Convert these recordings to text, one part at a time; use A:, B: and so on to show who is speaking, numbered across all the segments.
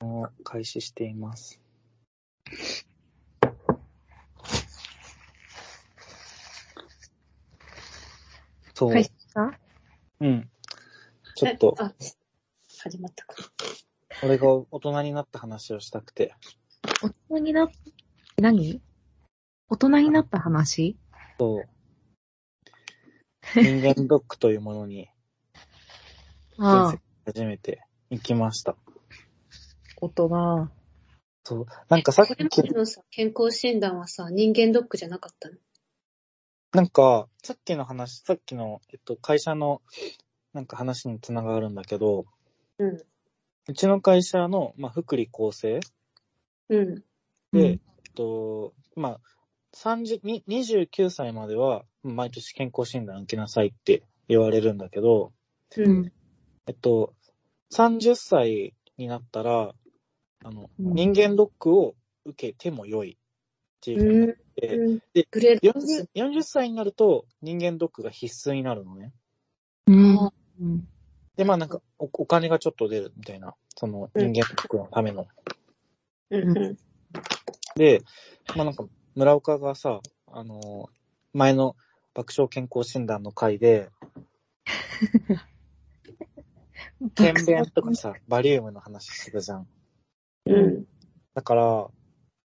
A: 運転を開始していますそう、
B: 開始した
A: うん。ちょっと
B: え、あ、始まったか。
A: 俺が大人になった話をしたくて。
B: 大人になっ、何大人になった話
A: そう。人間ドックというものに、人
B: ああ
A: 生、初めて行きました。
B: 大人。
A: そう。なんかさっ
C: これまで
A: き、
C: のさ、健康診断はさ、人間ドックじゃなかったの
A: なんか、さっきの話、さっきの、えっと、会社の、なんか話につながるんだけど、
C: うん。
A: うちの会社の、まあ、福利厚生
C: うん。
A: で、えっと、まあ、30に29歳までは、毎年健康診断受けなさいって言われるんだけど、
B: う。
C: うん
A: えっと、30歳になったら、あの、
B: うん
A: 人間ドックを受けても良いっていうふうになっ
C: ん。
A: て、
C: うん
A: で
C: グレードアップす
A: 40, 40歳になると人間ドックが必須になるのね。
B: うん。うん。
A: で、まあなんかお、お金がちょっと出るみたいな、その人間ドックのための。
C: るうんうん
A: で、まあなんか、村岡がさ、あのー前の爆笑健康診断の回で、天弁とかさ、バリウムの話してたじゃん。
C: うん。
A: だから、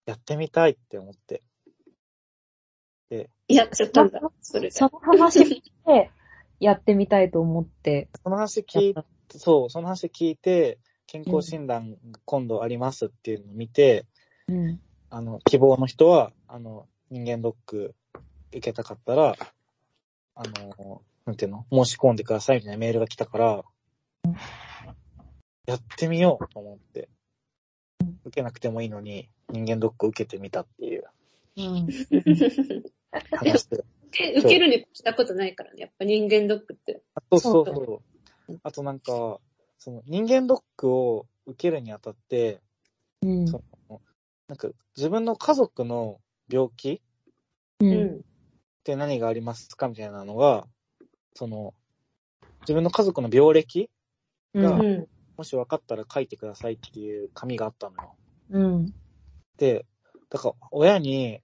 A: やってみたいって思って。
C: やっちゃったんだ。それで。
D: その話で、やってみたいと思って。
A: その話聞いそう、その話聞いて、健康診断今度ありますっていうのを見て、
D: うん。
A: あの、希望の人は、あの、人間ドック受けたかったら、あの、なんていうの申し込んでくださいみたいなメールが来たから、やってみようと思って、受けなくてもいいのに、人間ドック受けてみたっていう
D: うん。
A: 話で。
C: で、受けるにしたことないからね。やっぱ人間ドックって。
A: そうそう
C: そう
A: そう。あとなんか、その人間ドックを受けるにあたって、
D: うん。
A: そなんか自分の家族の病気
D: う。
C: うんん。
A: って何がありますかみたいなのが、その、自分の家族の病歴
D: う
C: うん
D: ん。
C: ん。
A: もし分かったら書いてくださいっていう紙があったのよ。
D: うん。
A: で、だから親に、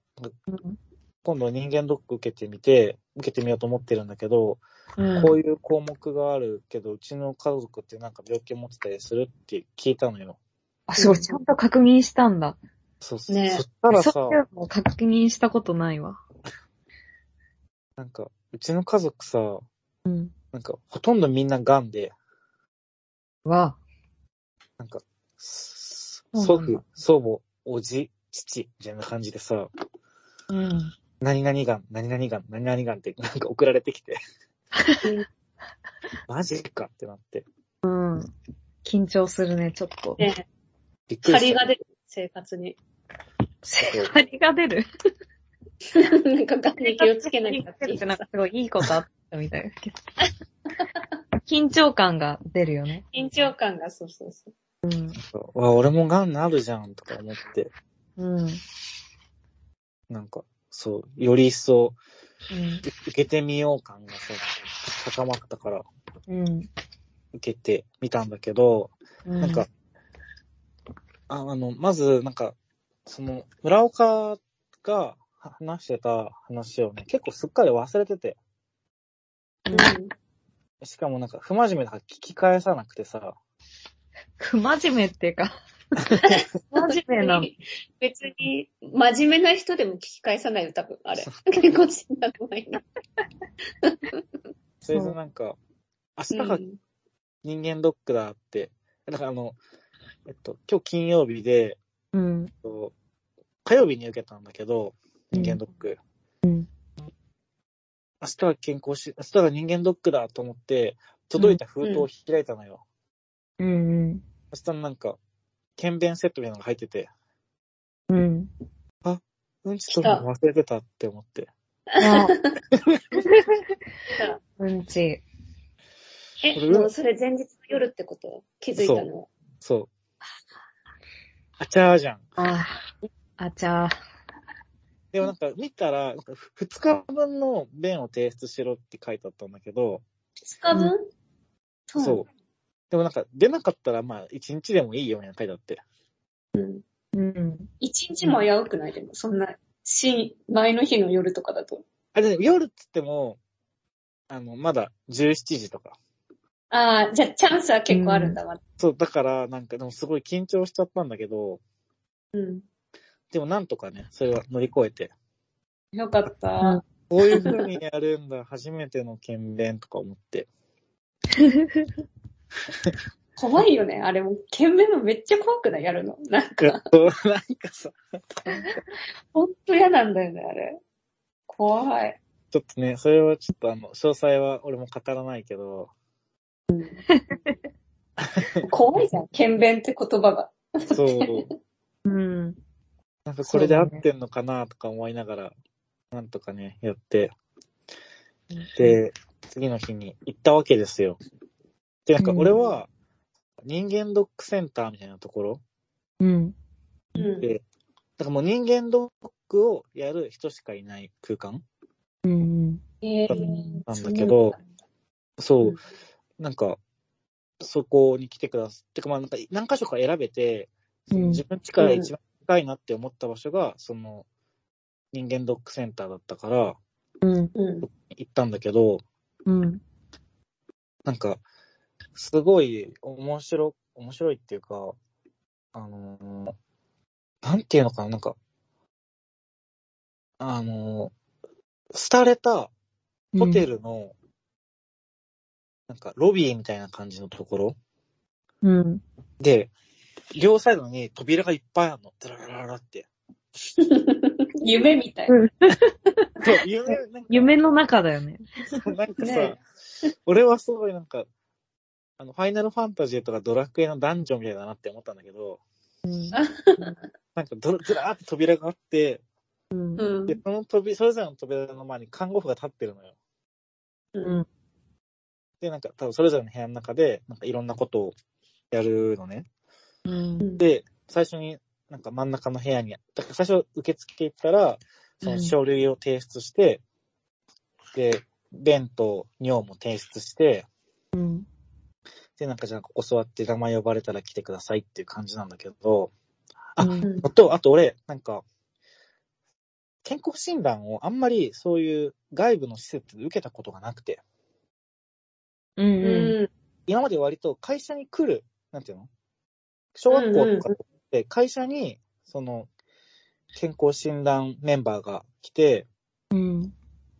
A: 今度人間ドック受けてみて、受けてみようと思ってるんだけど、
D: うん。
A: こういう項目があるけど、うちの家族ってなんか病気持ってたりするって聞いたのよ。
D: あ、そう、ちゃんと確認したんだ。
A: そう、
C: ねえ
A: そしたらさ
D: そう、いうの確認したことないわ。
A: なんか、うちの家族さ、
D: うん。
A: なんかほとんどみんな癌で、
D: は、
A: なんか、す
D: うん
A: 祖父、祖母、おじ、父、みたいな感じでさ、
D: うん。
A: 何々がん、何々がん、何々がんってなんか送られてき て、マジかってなって。
D: 緊張するね、ちょっと。
C: ね
A: びっくり
C: 張
A: し
C: り
A: た。
C: が出る、生活に。
D: 張りが出る。
C: なんか、学に気をつけなきゃって
D: 出る
C: い
D: っ
C: う
D: て
C: さ
D: なんかすごいいいことあったみたいだけど。 緊張感が出るよね。
C: 緊張感が、そうそうそ
D: う
C: う。
D: ん。
A: そうわ、俺もがんなるじゃんとか思って、
D: うん。うん。
A: なんか、そう、より一層、う受けてみよう感がさ、高まったから、
D: うん。
A: 受けてみたんだけど、
D: うん。
A: なんか、ああの、まず、なんか、その、村岡が話してた話をね、結構すっかり忘れてて、
C: うん。
A: しかもなんか、不真面目だから聞き返さなくてさ、
D: 不真面目っていうか、真面目なの。
C: 別に、真面目な人でも聞き返さないよ、多分、あれ。健康診断の前に。
A: それでなんか、明日
C: う
A: が
C: ん
A: 人間ドックだって、だからあの、えっと、今日金曜日で、
D: うん。
A: えっと火曜日に受けたんだけど、人間ドック。
D: うん
A: 明日は健康し、明日は人間ドックだと思って、届いた封筒を開いたのよ。
D: うん
A: 明日なんか、検便セットみたいなのが入ってて、
D: うん。うん。
A: うんち取るの忘れてたって思って。
D: あ
C: さ
D: うんち。
C: え、
A: こ
C: で
A: れ
C: もそれ前日の夜ってこと気づいたのは。
A: そう。あちゃーじゃん。
D: ああ。あちゃ
A: でもなんか見たら、なんかふ2日分の便を提出しろって書いてあったんだけど、
C: 2日分
A: そう。でもなんか、出なかったら、まあ、一日でもいいよみたいな回だって。
D: うん。
C: 一日も危うくないでも、そんな、し、前の日の夜とかだと。
A: あれ、でも夜っつっても、あの、まだ17時とか。
C: ああ、じゃあチャンスは結構あるんだ、まだ。
A: そう、だから、なんか、でもすごい緊張しちゃったんだけど、
C: うん。
A: でもなんとかね、それは乗り越えて。
C: よかった。
D: うん
A: こういう風にやるんだ、初めての剣弁とか思って。
C: 怖いよね、あれも。剣弁もめっちゃ怖くない、やるの。なん
A: えっ
C: か、
A: と、なんかさ、
C: ほんと嫌なんだよね、あれ。怖い。
A: ちょっとね、それはちょっとあの、詳細は俺も語らないけど、
C: 怖いじゃん、剣弁って言葉が。
A: そう、
D: うん。
A: なんかこれで合ってんのかなとか思いながら、なんとかね、やって、で、次の日に行ったわけですよ。で、なんか俺は、人間ドックセンターみたいなところ、
D: うん。
C: うん。
A: でだからもう人間ドックをやる人しかいない空間
D: うん。
C: え
A: なんだけど、そうう、なんか、そこに来てくださってか、まあなんか何箇所か選べて、その
D: うん
A: 自分ちから一番近いなって思った場所が、その、人間ドックセンターだったから、
D: うん。
C: うん。
A: 行ったんだけど、
D: うん。
A: なんか、すごい面白、面白いっていうか、あのーなんていうのかな、なんか、あのー廃れたホテルの、なんかロビーみたいな感じのところ
D: うん。
A: で、両サイドに扉がいっぱいあるの。ダララララって。
C: 夢みたい。
A: そう夢、なんか
D: 夢の中だよね。
A: なんかさ、
C: ね
A: 俺はすごいなんか、あの、ファイナルファンタジーとかドラクエのダンジョンみたいだなって思ったんだけど、
D: うん。
A: なんかど、ずらーって扉があって、
D: うん
C: う。ん
A: で、。その扉、それぞれの扉の前に看護婦が立ってるのよ。
D: うん。
A: で、なんか、多分それぞれの部屋の中で、なんかいろんなことをやるのね。
D: うん。
A: で、最初になんか真ん中の部屋に、だから最初受付行ったら、その書類を提出して、で、便と尿も提出して、
D: うん。
A: で、なんかじゃあここ座って名前呼ばれたら来てくださいっていう感じなんだけど、
D: う。
C: うんん
A: あと、あと俺、なんか、健康診断をあんまりそういう外部の施設で受けたことがなくて、
D: うん。
C: う
A: 今まで割と会社に来る、なんていうの小学校とかって会社に、その、健康診断メンバーが来て、
D: うん。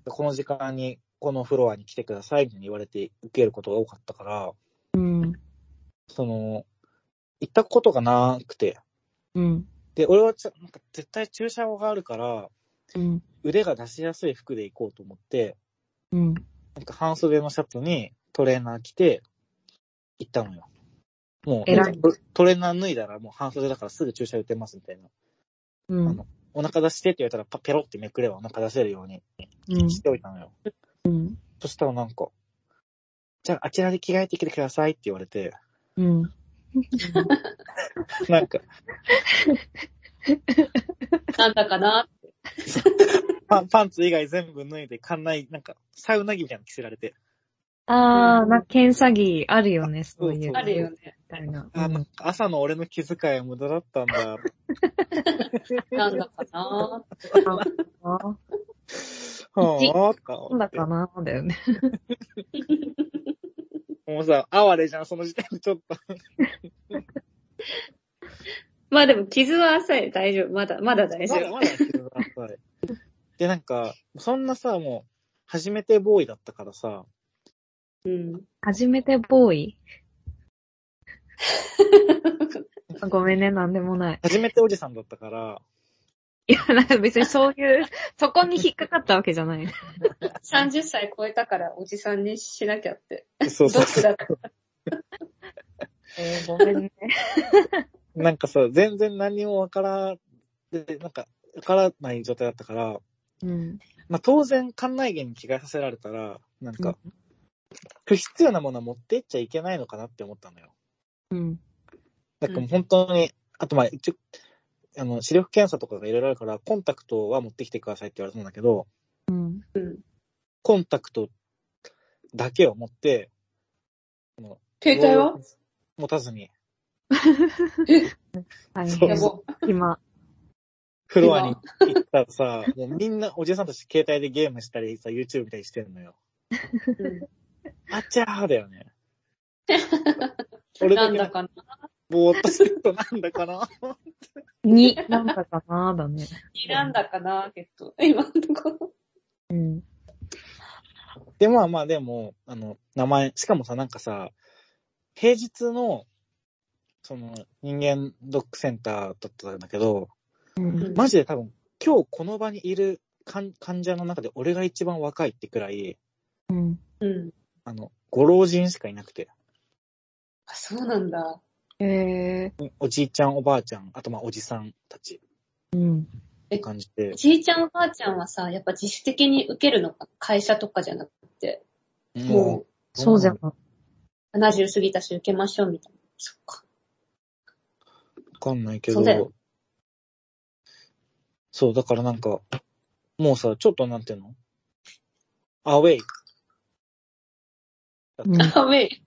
A: この時間にこのフロアに来てくださいって言われて受けることが多かったから、
D: うん。
A: その、行ったことがなくて、
D: うん。
A: で、俺はちょなんか絶対注射があるから、
D: うん。
A: 腕が出しやすい服で行こうと思って、
D: うん。
A: なんか半袖のシャツにトレーナー着て、行ったのよ。もう、
D: 偉い
A: トトレーナー脱いだらもう半袖だからすぐ注射打てますみたいな。
D: うん。
A: お腹出してって言われたらパペロってめくればお腹出せるように
D: うん。
A: しておいたのよ。
D: うん。
A: そしたらなんか、じゃああちらで着替えてきてくださいって言われて、
D: うん。
A: なんか、
C: なんだかな
A: パンパンツ以外全部脱いで館内、なんか、サウナ着みたいなの着せられて、
D: あー、な、検査着あるよね、そういう。
C: あるよね。
D: みたいな。
A: あーなんか朝の俺の気遣いは無駄だったん だ。
C: なんだかな
D: あ
A: は
D: 一
A: ぁ、とか
D: なん
A: 思
D: だ
A: って。
D: かなだよね。
A: もうさ、哀れじゃん、その時点でちょっと。
C: まあでも傷は浅い。大丈夫。まだ、まだ大丈
A: まだ
C: 夫。
A: まだ傷が浅い。で、なんか、そんなさ、もう、初めてボーイだったからさ、
C: うん。
D: 初めてボーイ。ごめんね、なんでもない。
A: 初めておじさんだったから、
D: いや、なんか別にそういう、そこに引っかかったわけじゃない。
C: 30歳超えたからおじさんにしなきゃって。
A: そうそ
C: どっちだっ
D: えー、ごめんね。
A: う。なんかさ、全然何にもわから、で、なんか、わからない状態だったから、
D: うん。
A: まあ当然、館内着に着替えさせられたら、なんか、不必要なものは持っていっちゃいけないのかなって思ったのよ。
D: うん。
A: だからもう本当に、あとまあ一応、あの、視力検査とかがいろいろあるから、コンタクトは持ってきてくださいって言われたんだけど、
D: うん。
A: コンタクトだけを持って、あの
C: 携帯は
A: 持たずに、
D: 大
A: そう
C: や
D: 変。
C: ば。
D: 今。
A: フロアに行ったらさ、もうみんなおじさんたち携帯でゲームしたりさ、YouTube 見たりしてんのよ。あちゃーだよね。俺
C: な
A: だ
C: ん
A: け
C: だかな。
A: ぼーっとするとなんだかな
D: に、なんだかなーだね。
C: なんだかな、けど。今のところ。
D: うん。
A: で、まあまあでも、あの、名前、しかもさ、なんかさ、平日の、その、人間ドックセンターだったんだけど、
D: うん。
A: マジで多分、今日この場にいる患患者の中で俺が一番若いってくらい、
D: うん。
C: うん。
A: あの、ご老人しかいなくて、
C: あ、そうなんだ。
D: えー。
A: おじいちゃん、おばあちゃん、あとまあおじさんたちっ
D: うん。
A: て感じで、
C: じいちゃんおばあちゃんはさ、やっぱ自主的に受けるのか、会社とかじゃなくて、
A: も
C: も
D: そうじゃな
C: う70過ぎたし受けましょうみたいな。そっか。
A: う、わかんないけ
C: そうだ
A: ど
C: よ、
A: そう、だからなんか、もうさ、ちょっとなんていうのアウェイ。
D: うん。
C: アウェイ。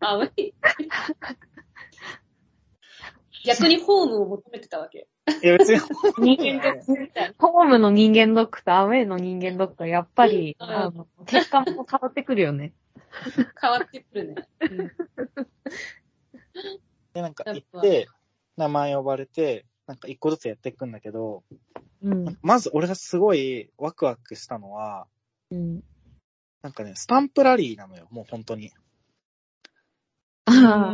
C: アウェイ。逆にホームを求めてたわけ。
A: いや、別に、
D: 人
C: 人
D: 間
C: 間ドックみたいな
D: ホームの人間ドックとアウェイの人間ドックはやっぱり、
C: うん
D: あの、結果も変わってくるよね。
C: 変わってくるね。
A: で、なんか
C: やっ
A: 行
C: ぱ
A: って、名前呼ばれて、なんか一個ずつやっていくんだけど、
D: うん。
A: まず俺がすごいワクワクしたのは、
D: うん。
A: なんかね、スタンプラリーなのよ、もう本当に。
D: あ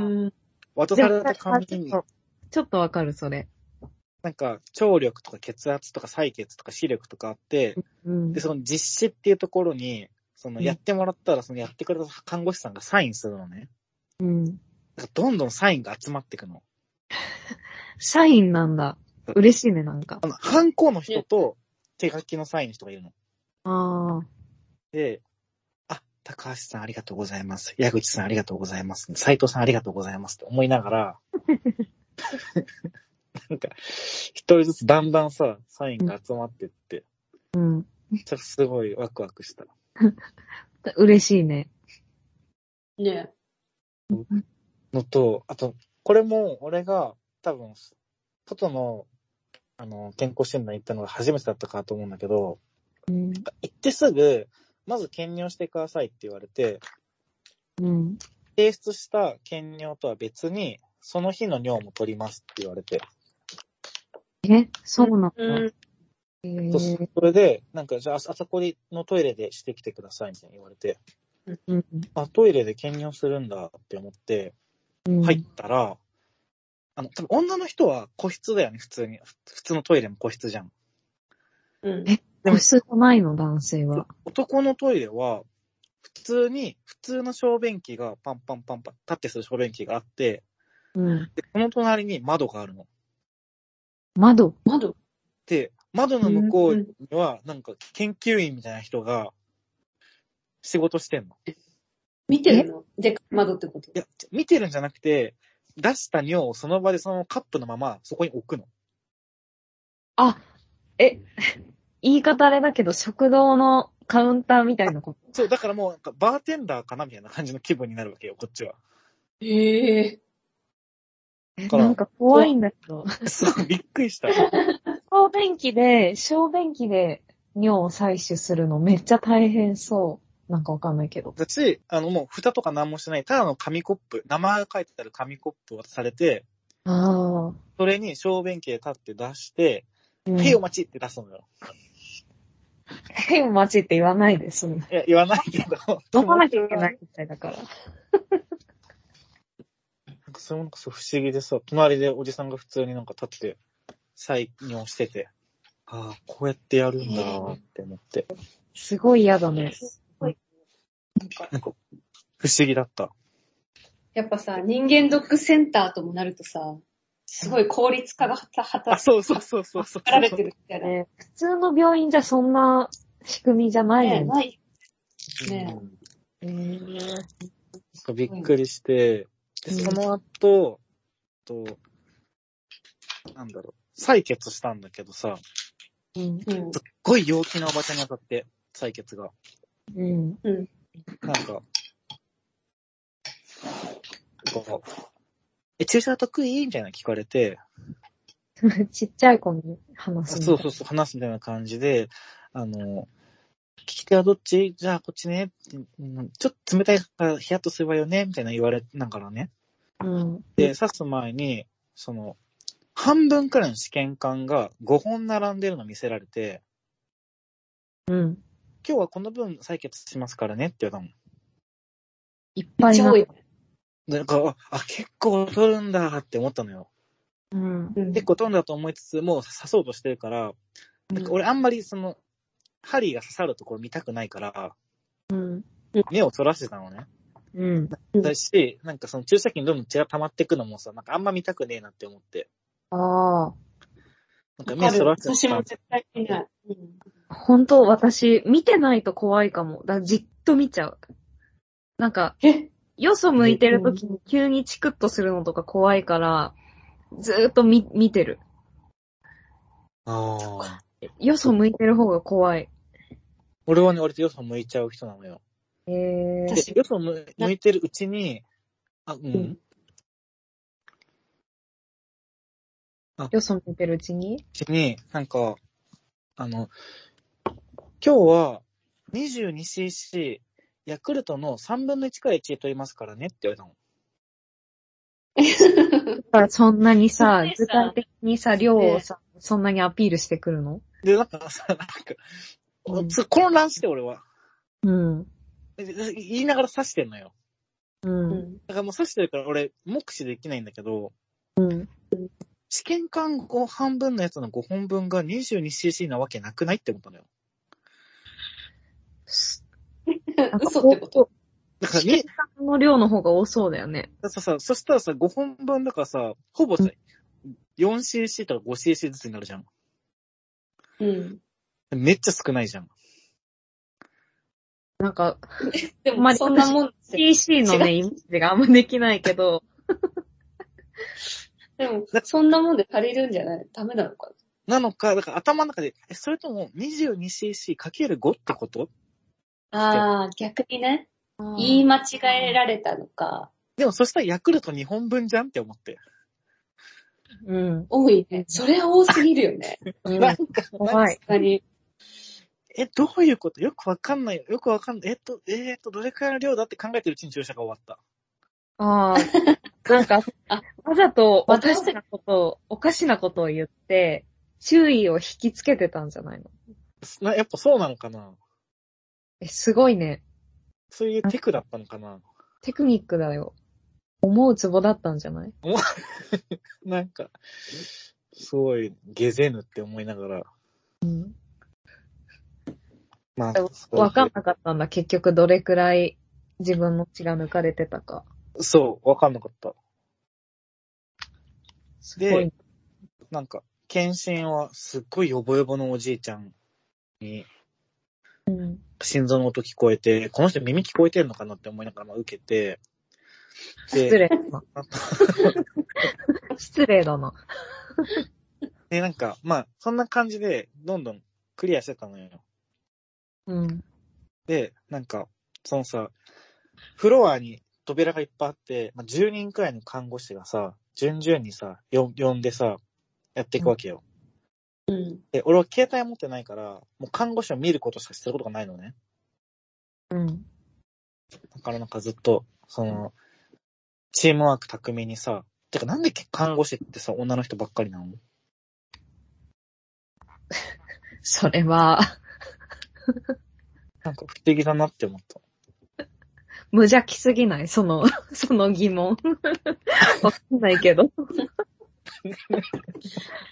A: 渡
D: あ。
A: された紙
D: ちょっ
A: に、
D: とちょっとわかる、それ。
A: なんか、聴力とか血圧とか採血とか視力とかあって、
D: うん
A: で、。その実施っていうところに、その
D: うん
A: やってもらったら、そのやってくれた看護師さんがサインするのね。
D: うん。
A: なんかどんどんサインが集まっていくの。
D: 社員なんだ。嬉しいね、なんか
A: あ。の、ハンコの人と手書きのサインの人がいるの。
D: ああ。
A: で、あ、高橋さんありがとうございます。矢口さんありがとうございます。斉藤さんありがとうございます。って思いなが ら、なんか、一人ずつだんだんさ、サインが集まってって、
D: うん。
A: それすごいワクワクした。
D: 嬉しいね。
C: ね
A: のと、あと、これも俺が多分、外の、あの、健康診断行ったのが初めてだったかと思うんだけど、
D: うん。
A: 行ってすぐ、まず検尿してくださいって言われて、
D: うん。
A: 提出した検尿とは別に、その日の尿も取りますって言われて。
D: え、そうなんだ。
C: うん。
D: え
A: そ
D: ー
A: それで、なんか、じゃあ、ああそこのトイレでしてきてくださいみたいに言われて、
D: うん。
A: あ、トイレで検尿するんだって思って、
D: うん
A: 入ったら、あの、多分女の人は個室だよね、普通に。ふ普通のトイレも個室じゃん。
C: うん。
D: 個室がないの、男性は。
A: 男のトイレは、普通に、普通の小便器がパンパンパンパン、立ってする小便器があって、
D: うん。
A: で、この隣に窓があるの。
D: 窓。
C: 窓
A: で、窓の向こうには、なんか研究員みたいな人が、仕事してんの。
C: 見てるので、窓ってこと
A: い。や、ちょ見てるんじゃなくて、出した尿をその場でそのカップのままそこに置くの。
D: あ、え、言い方あれだけど、食堂のカウンターみたいなこと。
A: そう、だからもうなんかバーテンダーかなみたいな感じの気分になるわけよ、こっちは。
C: へえ。
D: え、
A: から
D: なんか怖いんだけど。
A: そう、びっくりした。
D: 小便器で、小便器で尿を採取するのめっちゃ大変そう。なんかわかんないけど。
A: だし、あのもう蓋とか何もしてない、ただの紙コップ、名前が書いてある紙コップを渡されて、
D: ああ。
A: それに小便器で立って出して、
D: うん
A: へいお待ちって出すのよ。
D: へいお待ちって言わないで、そんな。
A: いや、言わないけど。
D: 飲まなきゃいけないみたいだから。
A: なんかそれもなんかそう不思議でさ、隣でおじさんが普通になんか立って、採尿してて、ああ、こうやってやるんだーって思って、
D: すごい嫌だね。
C: なんか、
A: なんか、不思議だった。
C: やっぱさ、人間ドックセンターともなるとさ、すごい効率化がはた、は
A: あ、
C: た、
A: そうそうそうそうそう。
C: られてるみたいな。ね
D: ね普通の病院じゃそんな仕組みじゃない
C: え、
D: の
C: ない。ねえ
A: うん
D: ね。
A: そうびっくりして、で、
D: うん
A: その後、と、なんだろう、採血したんだけどさ、
D: うん。
C: うん
A: すっごい陽気なおばちゃんに当たって、採血が。
D: うん。
A: なんか、こう、え、注射得意みたいなの聞かれて、
D: ちっちゃい子に話すみた
A: そ
D: いう
A: そうそう、話すみたいな感じで、あの、聞き手はどっちじゃあこっちね。うんちょっと冷たいからヒヤッとすればよねみたいな言われながらね。
D: な。うん。
A: で、刺す前に、その、半分くらいの試験管が5本並んでるの見せられて、
D: うん。
A: 今日はこの分採血しますからねって言われたも
D: いっぱいな。
C: 超い
A: ん。だから、あ、結構取るんだって思ったのよ。
D: うん。
C: うん
A: 結構飛んだと思いつつ、もう刺そうとしてるから、なんか俺あんまりその、針が刺さるところ見たくないから、
D: うん。
A: 目をそらしてたのね。
D: うん。
C: うん
A: だし、なんかその注射器にどんどん血が溜まってくのもさ、なんかあんま見たくねえなって思って。
D: あ
A: なんか目そらして
C: 私
A: た
C: も絶対見ない。うん
D: あ。本当私、見てないと怖いかも。だからじっと見ちゃう。なんか、
C: え
D: よそ向いてるときに急にチクッとするのとか怖いから、ずーっと見、見てる。
A: ああ。
D: よそ向いてる方が怖い。
A: 俺はね、割とよそ向いちゃう人なのよ。
D: ええ
A: で
C: 確かに
A: よそ向向いてるうちに、あ、うん。
C: うん
D: よそ向いてるうち
A: う
D: に
A: ちに、なんか、あの、今日は 22cc、ヤクルトの3分の1からい血取りますからねって言われたの。
D: だからそんなにさ
C: そうで、す
D: 具体的にさ、量をさ、そんなにアピールしてくるの
A: で、なんかさ、なんか、
D: うん
A: つ混乱して俺は。
D: うん。
A: でで言いながら刺してんのよ。
D: うん。
C: うん
A: だからもう刺してるから俺、目視できないんだけど、
D: うん。
A: 試験管5半分のやつの5本分が 22cc なわけなくないって思ったのよ。
C: 嘘ってこと
A: だから
D: 試験
A: に、
D: 管の量の方が多そうだよね。
A: だってさ、そしたらさ、5本分だからさ、ほぼさ、4cc とか 5cc ずつになるじゃん。
C: うん。
A: めっちゃ少ないじゃん。
D: なんか、
C: で
D: ま
C: も
D: あ
C: そんなもんですよ
D: CC のね、イメージがあんまできないけど、
C: でも、そんなもんで足りるんじゃないダメなのか
A: なのか、だから頭の中で、え、それとも 22cc×5 ってこと
C: なああ、逆にね。言い間違えられたのか。
A: でもそしたらヤクルト2本分じゃんって思って。
D: うん。
C: 多いね。それは多すぎるよね。
D: うん
A: なんか、
D: 怖い。
C: 他に。
A: え、どういうことよくわかんないよ。よくわかんない。えっと、えーっと、どれくらいの量だって考えてるうちに注射が終わった。
D: ああ。 なんか
C: あ、
D: わざとお
C: わざ
D: か
C: と
D: しなことを、おかしなことを言って、注意を引きつけてたんじゃないの
A: すなやっぱそうなのかな
D: え、すごいね。
A: そういうテクだったのかな
D: テクニックだよ。思うツボだったんじゃない
A: なんか、すごい、ゲゼヌって思いながら。
D: うん。
A: まあ、そう
D: わかんなかったんだ、結局どれくらい自分の血が抜かれてたか。
A: そう、わかんなかった。
D: すごい
A: で。なんか、検診はすっごいヨボヨボのおじいちゃんに、
D: うん。
A: 心臓の音聞こえて、この人耳聞こえてんのかなって思いながらまあ受けて、
D: 失
A: で、
D: 礼だな。 失礼だな。
A: でなんか、まあ、そんな感じで、どんどんクリアしてたのよ。
D: うん。
A: で、なんか、そのさ、フロアに扉がいっぱいあって、まあ、10人くらいの看護師がさ、順々にさ、よ呼んでさ、やっていくわけよ。
C: うん。
A: で、俺は携帯持ってないから、もう看護師を見ることしかすることがないのね。
D: うん。
A: だからなんかずっと、その、チームワーク巧みにさ、てかなんで看護師ってさ、女の人ばっかりなの
D: それは、
A: なんか不思議だなって思った。
D: 無邪気すぎないその、その疑 問。わかんないけど。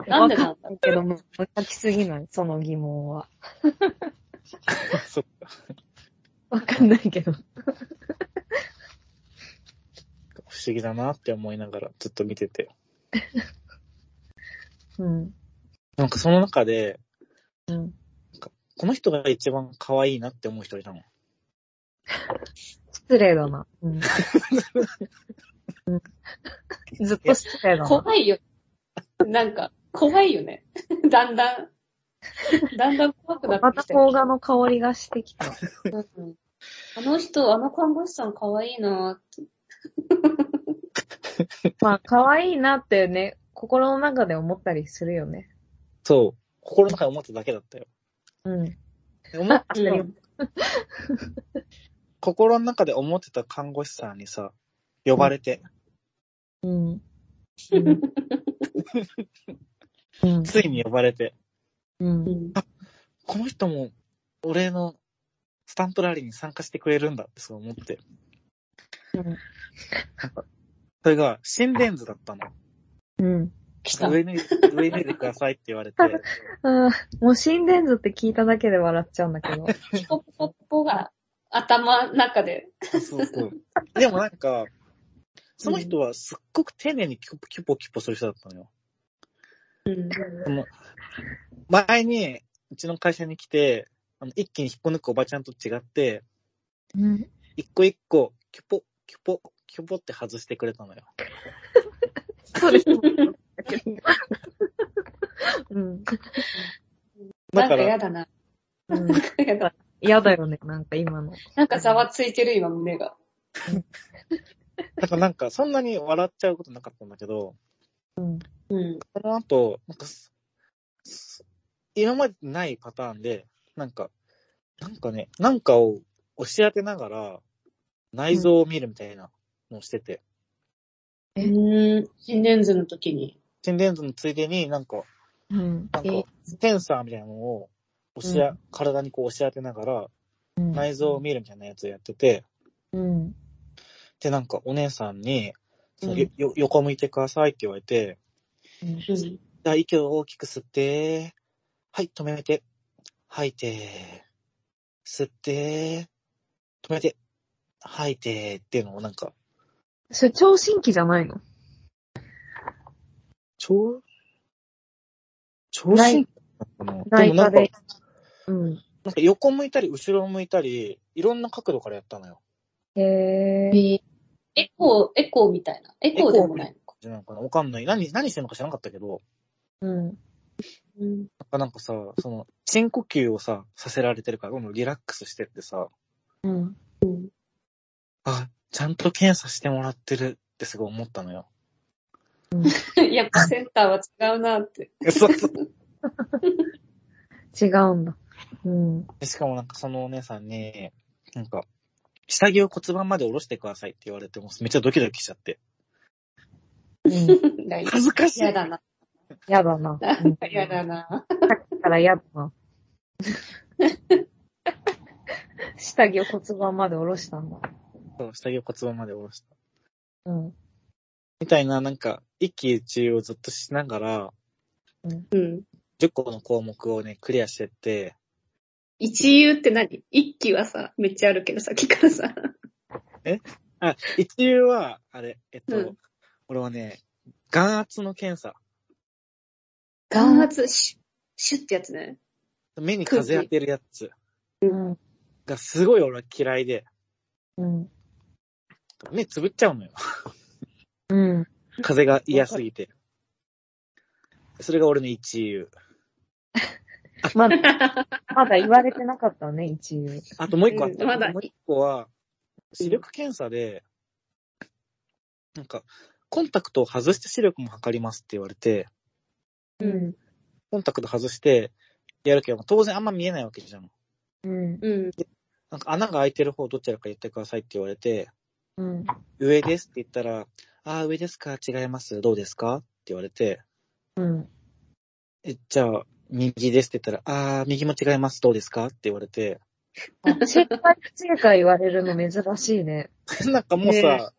C: なんでなんだ
D: けど、無邪気すぎないその疑問は。
A: そっか。
D: わかんないけど。
A: 不思議だなって思いながらずっと見てて。
D: うん。
A: なんかその中で、
D: うん。
A: この人が一番可愛いなって思う人がいたの。
D: 失礼だな。 うん。うんずっと失礼だな。
C: 怖いよ。なんか、怖いよね。 だんだん。だんだん怖くな
D: ま
C: って
D: た
C: きてる。
D: 邦画の香りがしてきた。
C: うんあの人、あの看護師さん可愛いなーって。
D: まあ、可愛いなってね、心の中で思ったりするよね。
A: そう。心の中に思っただけだったよ。
D: うん。
A: 思っ
D: あったよ
A: 心の中で思ってた看護師さんにさ、呼ばれて、
D: うん。うん。
A: ついに呼ばれて、
D: うん。
A: この人も、俺のスタンプラリーに参加してくれるんだってそう思って。それが、心電図だったの。
D: うん。
C: 来た。
A: 上に、上に出てくださいって言われて、
D: あーもう心電図って聞いただけで笑っちゃうんだけど。
C: ピコピコピコが頭の中で。
A: そうそう。でもなんか、その人はすっごく丁寧にキュポキュポキュポする人だったのよ。
C: うん。
A: 前に、うちの会社に来て、あの一気に引っこ抜くおばちゃんと違って、
D: うん。
A: 一個一個、キュポ、キュポ、キュポって外してくれたのよ。
D: そう です。うん。
C: なんか
A: だから
C: 嫌だな。
D: うん
C: 嫌だ。
D: 嫌だよね、なんか今の。
C: なんかざわついてる今胸が。
A: だからなんか、そんなに笑っちゃうことなかったんだけど、
D: うん。
C: うん。
A: その後、なんかす、す今までないパターンで、なんか、なんかね、なんかを押し当てながら、内臓を見るみたいなのをしてて、
C: うーん。心電図の時に。
A: 心電図のついでになんか、
D: うん。
A: なん
B: え
A: か、センサーみたいなのを、押し
D: う
A: や、体にこう押し当てながら、
D: うん
A: 内臓を見るみたいなやつをやってて、
D: うん。
A: で、なんかお姉さんに、その
D: うん
A: よよ横向いてくださいって言われて、
C: うん。
A: じゃあ息を大きく吸って、はい、止めて、吐いて、吸って、止めて、吐いてっていうのをなんか、
D: それ、聴診器じゃないの
A: 超、超神
D: 内
A: 経なのかなで
D: 内
A: もな
D: 科
A: んか
D: で、。うん。
A: なんか横向いたり後ろ向いたり、いろんな角度からやったのよ。
D: へえ。
C: エコー、エコーみたいな。エコーでもないのか。
A: じゃなんかなわかんない。何、何してるのか知らなかったけど、
D: うん。
C: うん。
A: なんかさ、その、深呼吸をさ、させられてるから、どんどんリラックスしてってさ、
D: うん。
A: あ、ちゃんと検査してもらってるってすごい思った のよ。
C: やっぱセンターは違うな って。
A: そうそう
D: 違うんだ。うん。
A: でしかもなんかそのお姉さんに、なんか、下着を骨盤まで下ろしてくださいって言われて、もうめっちゃドキドキしちゃって。
D: うん。
A: 恥ずかしい。
C: 嫌だな。
D: やだな。
C: なんか嫌だな。
D: だからやだな。 下着を骨盤まで下ろしたんだ。
A: そう下着を骨盤まで下ろした。
D: うん。
A: みたいな、なんか、一喜一憂をずっとしながら、
C: うん。
A: 10個の項目をね、クリアしてって、
C: 一遊って何一期はさ、めっちゃあるけどさっきからさ。
A: あ、一流は、あれ、えっと、
C: うん
A: 俺はね、眼圧の検査。
C: 眼圧、シュッ、シュッってやつね。
A: 目に風当てるやつ
D: うん。
A: がすごい俺は嫌いで、
D: うん。
A: 目つぶっちゃうのよ。
D: うん。
A: 風が嫌すぎて。それが俺の一遊。
D: まだ、まだ言われてなかったね、一応。
A: あともう一個あった。
C: うんまだ
A: もう一個は、視力検査で、なんか、コンタクトを外して視力も測りますって言われて、
D: うん。
A: コンタクト外してやるけど、当然あんま見えないわけじゃん。
D: うん。
C: うん。
A: なんか穴が開いてる方どちらか言ってくださいって言われて、
D: うん。
A: 上ですって言ったら、ああ、上ですか違いますどうですかって言われて、
D: うん。
A: え、じゃあ、右ですって言ったら、あー、右も違います、どうですかって言われて、
D: あ正解不正解言われるの珍しいね。
A: なんかもう
C: ね
A: さ、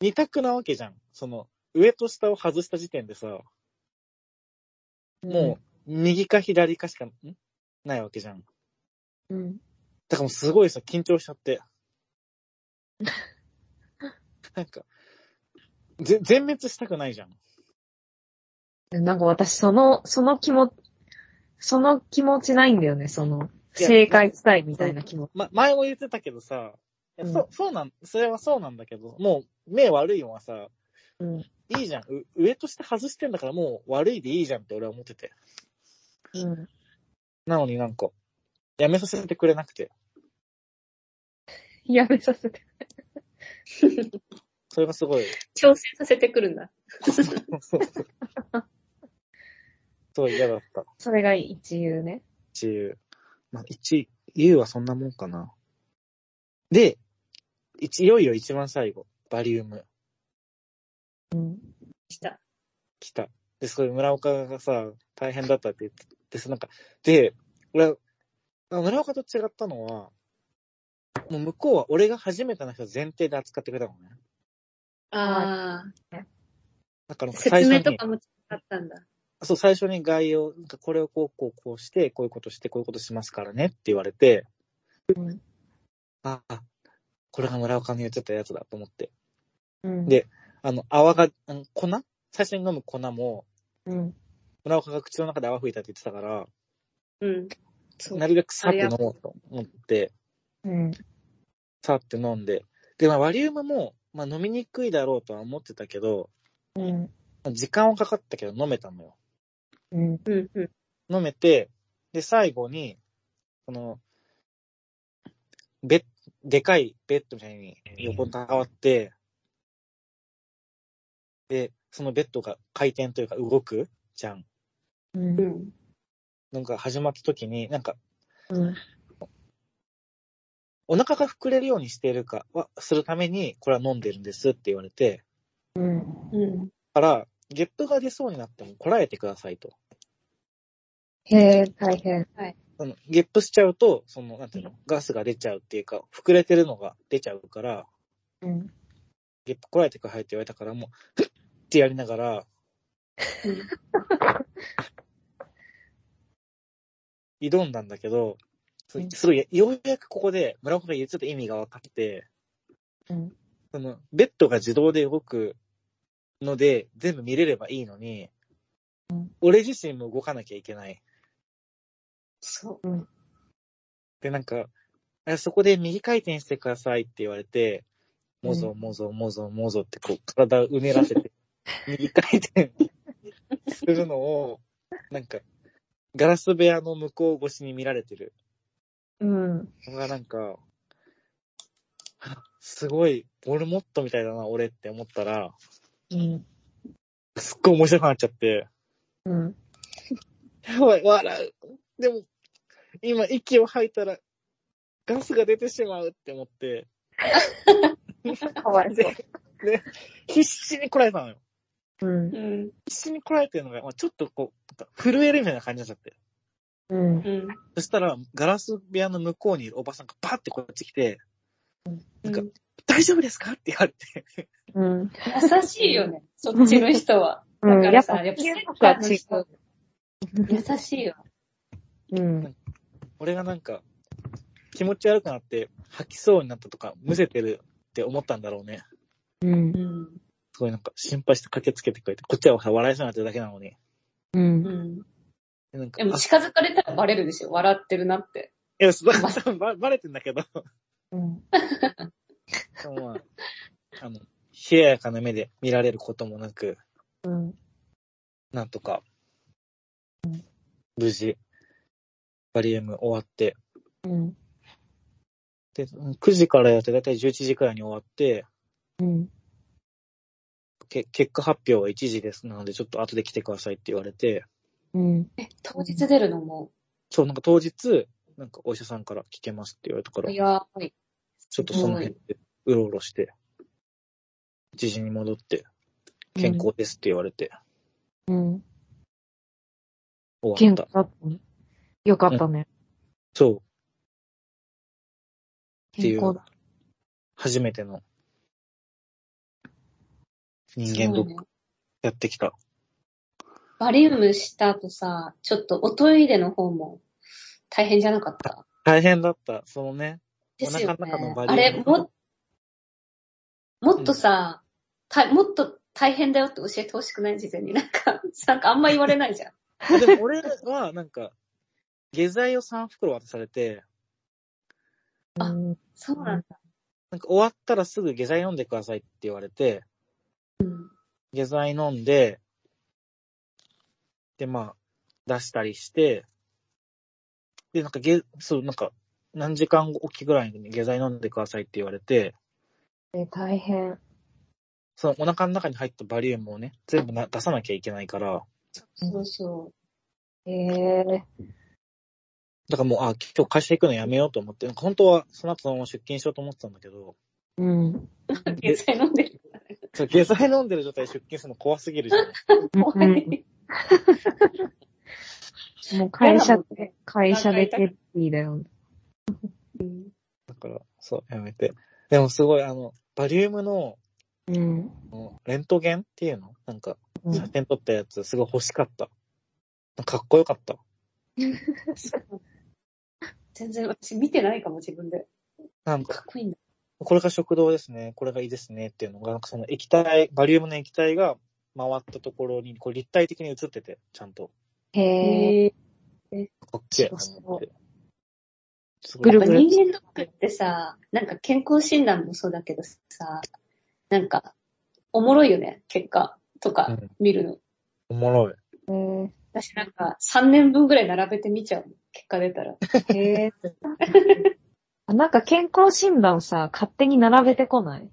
A: 二択なわけじゃん。その、上と下を外した時点でさ、もう、右か左かしか、んないわけじゃん。
D: う。うん。
A: だからもうすごいさ、緊張しちゃって。なんか、ぜ、全滅したくないじゃん。
D: なんか私、その、その気持その気持ちないんだよね、その、
A: いや
D: 正解したいみたいな気持ち。
A: ま、前も言ってたけどさ、いや
D: うん
A: そう、そうなん、それはそうなんだけど、もう、目悪いのはさ、
D: うん。
A: いいじゃん。う上として外してんだからもう悪いでいいじゃんって俺は思ってて。
D: うん。
A: なのになんか、やめさせてくれなくて。
D: やめさせて。
A: そそれがすごい、
C: 調整させてくるんだ。
A: そうそうすごい嫌だった。
D: それが一遊ね。
A: 一遊。まあ、一、遊はそんなもんかな。で、一いよいよ一番最後、バリウム、
D: うん。
C: した。
A: 来た。で、それ村岡がさ、大変だったって言って、で、そのなんか、で、俺、村岡と違ったのは、もう向こうは俺が初めての人前提で扱ってくれたのね。
C: あ
A: だからな
C: あ、
A: んか最 初
C: 説明
A: に
C: とかも違ったんだ。
A: そう、最初に概要、なんかこれをこう、こう、こうして、こういうことして、こういうことしますからねって言われて、
D: うん
A: あ、あ、これが村岡の言ってたやつだと思って。
D: うん。
A: であの、泡が、あの粉最初に飲む粉も、
D: うん。
A: 村岡が口の中で泡吹いたって言ってたから、
C: うん。そう
A: なるべくさって飲もうと思って、
D: うん。
A: さって飲んで。で、まあ、割り馬も、まあ、飲みにくいだろうとは思ってたけど、
D: うん。
A: 時間はかかったけど飲めたのよ。
D: うん。
C: うんうん。
A: 飲めて、で、最後に、その、ベッ、でかいベッドみたいに横たわって、で、そのベッドが回転というか動くじゃん。
D: うん
C: う。ん。
A: なんか始まった時に、なんか
D: うん。
A: お腹が膨れるようにしているかは、するために、これは飲んでるんですって言われて、
D: うん。
C: うん。
A: から、ゲップが出そうになってもこらえてくださいと。
D: へえ、大変。
A: あのゲップしちゃうと、その、なんていうの、ガスが出ちゃうっていうか、膨れてるのが出ちゃうから、
D: うん。
A: ゲップこらえてくださいって言われたから、もう、 ふっってやりながら、挑んだんだけど、そう
D: うん
A: すごい、ようやくここで村岡が言ってた意味が分かって、
D: うん。
A: その、ベッドが自動で動くので、全部見れればいいのに、俺自身も動かなきゃいけない。
C: そう。
A: で、なんか、あそこで右回転してくださいって言われて、
D: うん
A: もぞもぞもぞもぞってこう、体をうねらせ て、右回転するのを、なんか、ガラス部屋の向こう越しに見られてる。
D: うん。
A: のがなんか、あすごい、ボルモットみたいだな、俺って思ったら、
D: うん。
A: すっごい面白くなっちゃって、
D: うん。
A: やばい、笑う。でも、今息を吐いたら、ガスが出てしまうって思って、
D: かわいそう。
A: 必死にこらえたのよ。
D: うん。
C: うん。
A: 必死にこらえてるのが、まあ、ちょっとこう、なんか震えるみたいな感じになっちゃって。
D: うん。
C: うん。
A: そしたら、ガラス部屋の向こうにいるおばさんがパーってこっち来て、なんか大丈夫ですかって言われて。
D: うん。
C: 優しいよね、そっちの人は。だからさ、やっぱセッターの人
D: う。
C: 優しいよ。
D: うん。
A: 俺がなんか、気持ち悪くなって、吐きそうになったとか、むせてるって思ったんだろうね。
D: うん
C: う。ん。
A: すごいなんか心配して駆けつけてくれて、こっちはさ笑いそうになってるだけなのに。
D: うん。
C: うん。
A: でなんか、
C: で
A: あ
C: も近づかれたらバレるでしょ、笑ってるなって。
A: いや、そう多分ば バレてんだけど、
D: うん。
A: でもまあ、あの、冷ややかな目で見られることもなく、
D: うん。
A: なんとか、無事、バリウム終わって、
D: うん。
A: で、9時からやって、だいたい11時くらいに終わって、
D: うん。
A: け結果発表は1時です。なので、ちょっと後で来てくださいって言われて、
D: うん。
C: え、当日出るのも、
A: そう、なんか当日、なんかお医者さんから聞けますって言われたから、
C: 早い。
A: ちょっとその辺でうろうろして、1時に戻って、健康ですって言われて、
D: うん。
A: 終わ
D: 健
A: った
D: 康。だったね。よかったね。
A: そう、ってい
D: 健康
A: う
D: だ。、
A: 初めての人間ドック
C: そうね
A: やってきた。
C: バリウムした後さ、ちょっとおトイレの方も大変じゃなかった。
A: 大変だった、そのね。
C: ですよ
A: お腹の中のバ
C: ね。
A: リウム
C: あれ、も、もっとさ、た、もっと大変だよって教えてほしくない事前に。なんか、 なんかあんま言われないじゃん。
A: でも俺は、なんか、下剤を3袋渡されて、
D: うん。
C: そうなんだ。
A: なんか終わったらすぐ下剤飲んでくださいって言われて、下剤飲んで、で、まあ、出したりして、で、なんか、下そう、なんか、何時間おきぐらいに下剤飲んでくださいって言われて、
D: え、大変。
A: そのお腹の中に入ったバリウムをね、全部な出さなきゃいけないから、
C: そうそ
D: ええ
A: だからもう、あ、今日会社行くのやめようと思って、なんか本当はその後そのまま出勤しようと思ってたんだけど、
D: うん。
C: う。野菜飲んでる。
A: その下剤飲んでる状態で出勤するの怖すぎるじゃん。
C: 怖い。
D: もう会社
C: 嫌だもんね
D: で、会社でケッピーだよ。
A: だから、そう、やめて。でもすごい、あの、バリウムの
D: うん。
A: レントゲンっていうのなんか、
D: うん
A: 写真撮ったやつ、すごい欲しかった。かっこよかった。
C: 全然私見てないかも、自分で。
A: なんか、
C: かっこいいんだ。
A: これが食堂ですね、これがいいですねっていうのが、なんかその液体、バリウムの液体が回ったところに、こう立体的に映ってて、ちゃんと。
D: へえ。
C: え
A: かっけえ
D: そう
A: と思って。すご
D: ぐ
A: い
D: る
C: やっ
D: ぐ
C: ぱ
D: る
C: 人間ドックってさ、なんか健康診断もそうだけどさ、なんか、おもろいよね、結果と
A: う
C: か
A: ん
C: 見るの。
A: おもろい。
C: 私なんか、3年分ぐらい並べて見ちゃうもん。結果出たら。
D: へえ。 あなんか健康診断さ、勝手に並べてこない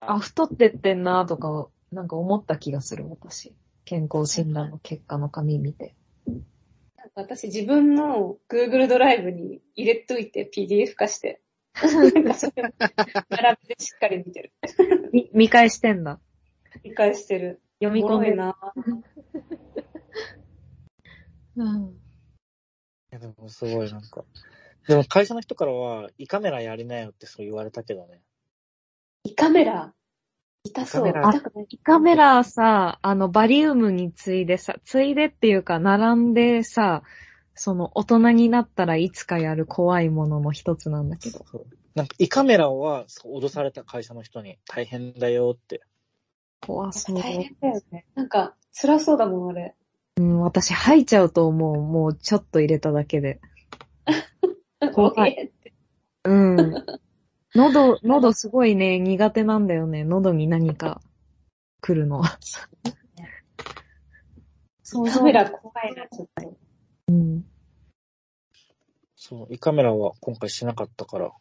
D: あ、太ってってんなとか、なんか思った気がする、私。健康診断の結果の紙見て。
C: なんか私自分の Google ドライブに入れといて PDF 化して。なんかそれを並べてしっかり見てる。
D: み見返してんだ。
C: 理解してる。
D: 読み込ん
C: おもろ
D: で
C: いな。
D: うん。
A: いやでもすごいなんか。でも会社の人からは、胃カメラやりなよってすごい言われたけどね。
C: 胃カメラ。痛そう。
A: 胃カメラ
C: 痛くない。
D: 胃カメラさ、あの、バリウムについでさ、ついでっていうか、並んでさ、その、大人になったらいつかやる怖いものの一つなんだけど。
A: そうなんか胃カメラはすごい脅された会社の人に大変だよって。
D: 怖そう。
C: 大変だよね。なんか、辛そうだもん、あれ。
D: うん、私吐いちゃうと思う。もうちょっと入れただけで。怖い
C: えー
D: うん。喉、喉すごいね、苦手なんだよね。喉に何か来る の。そう
C: カメラ怖いな、ちょっと。
D: うん。
A: そう、胃カメラは今回しなかったから、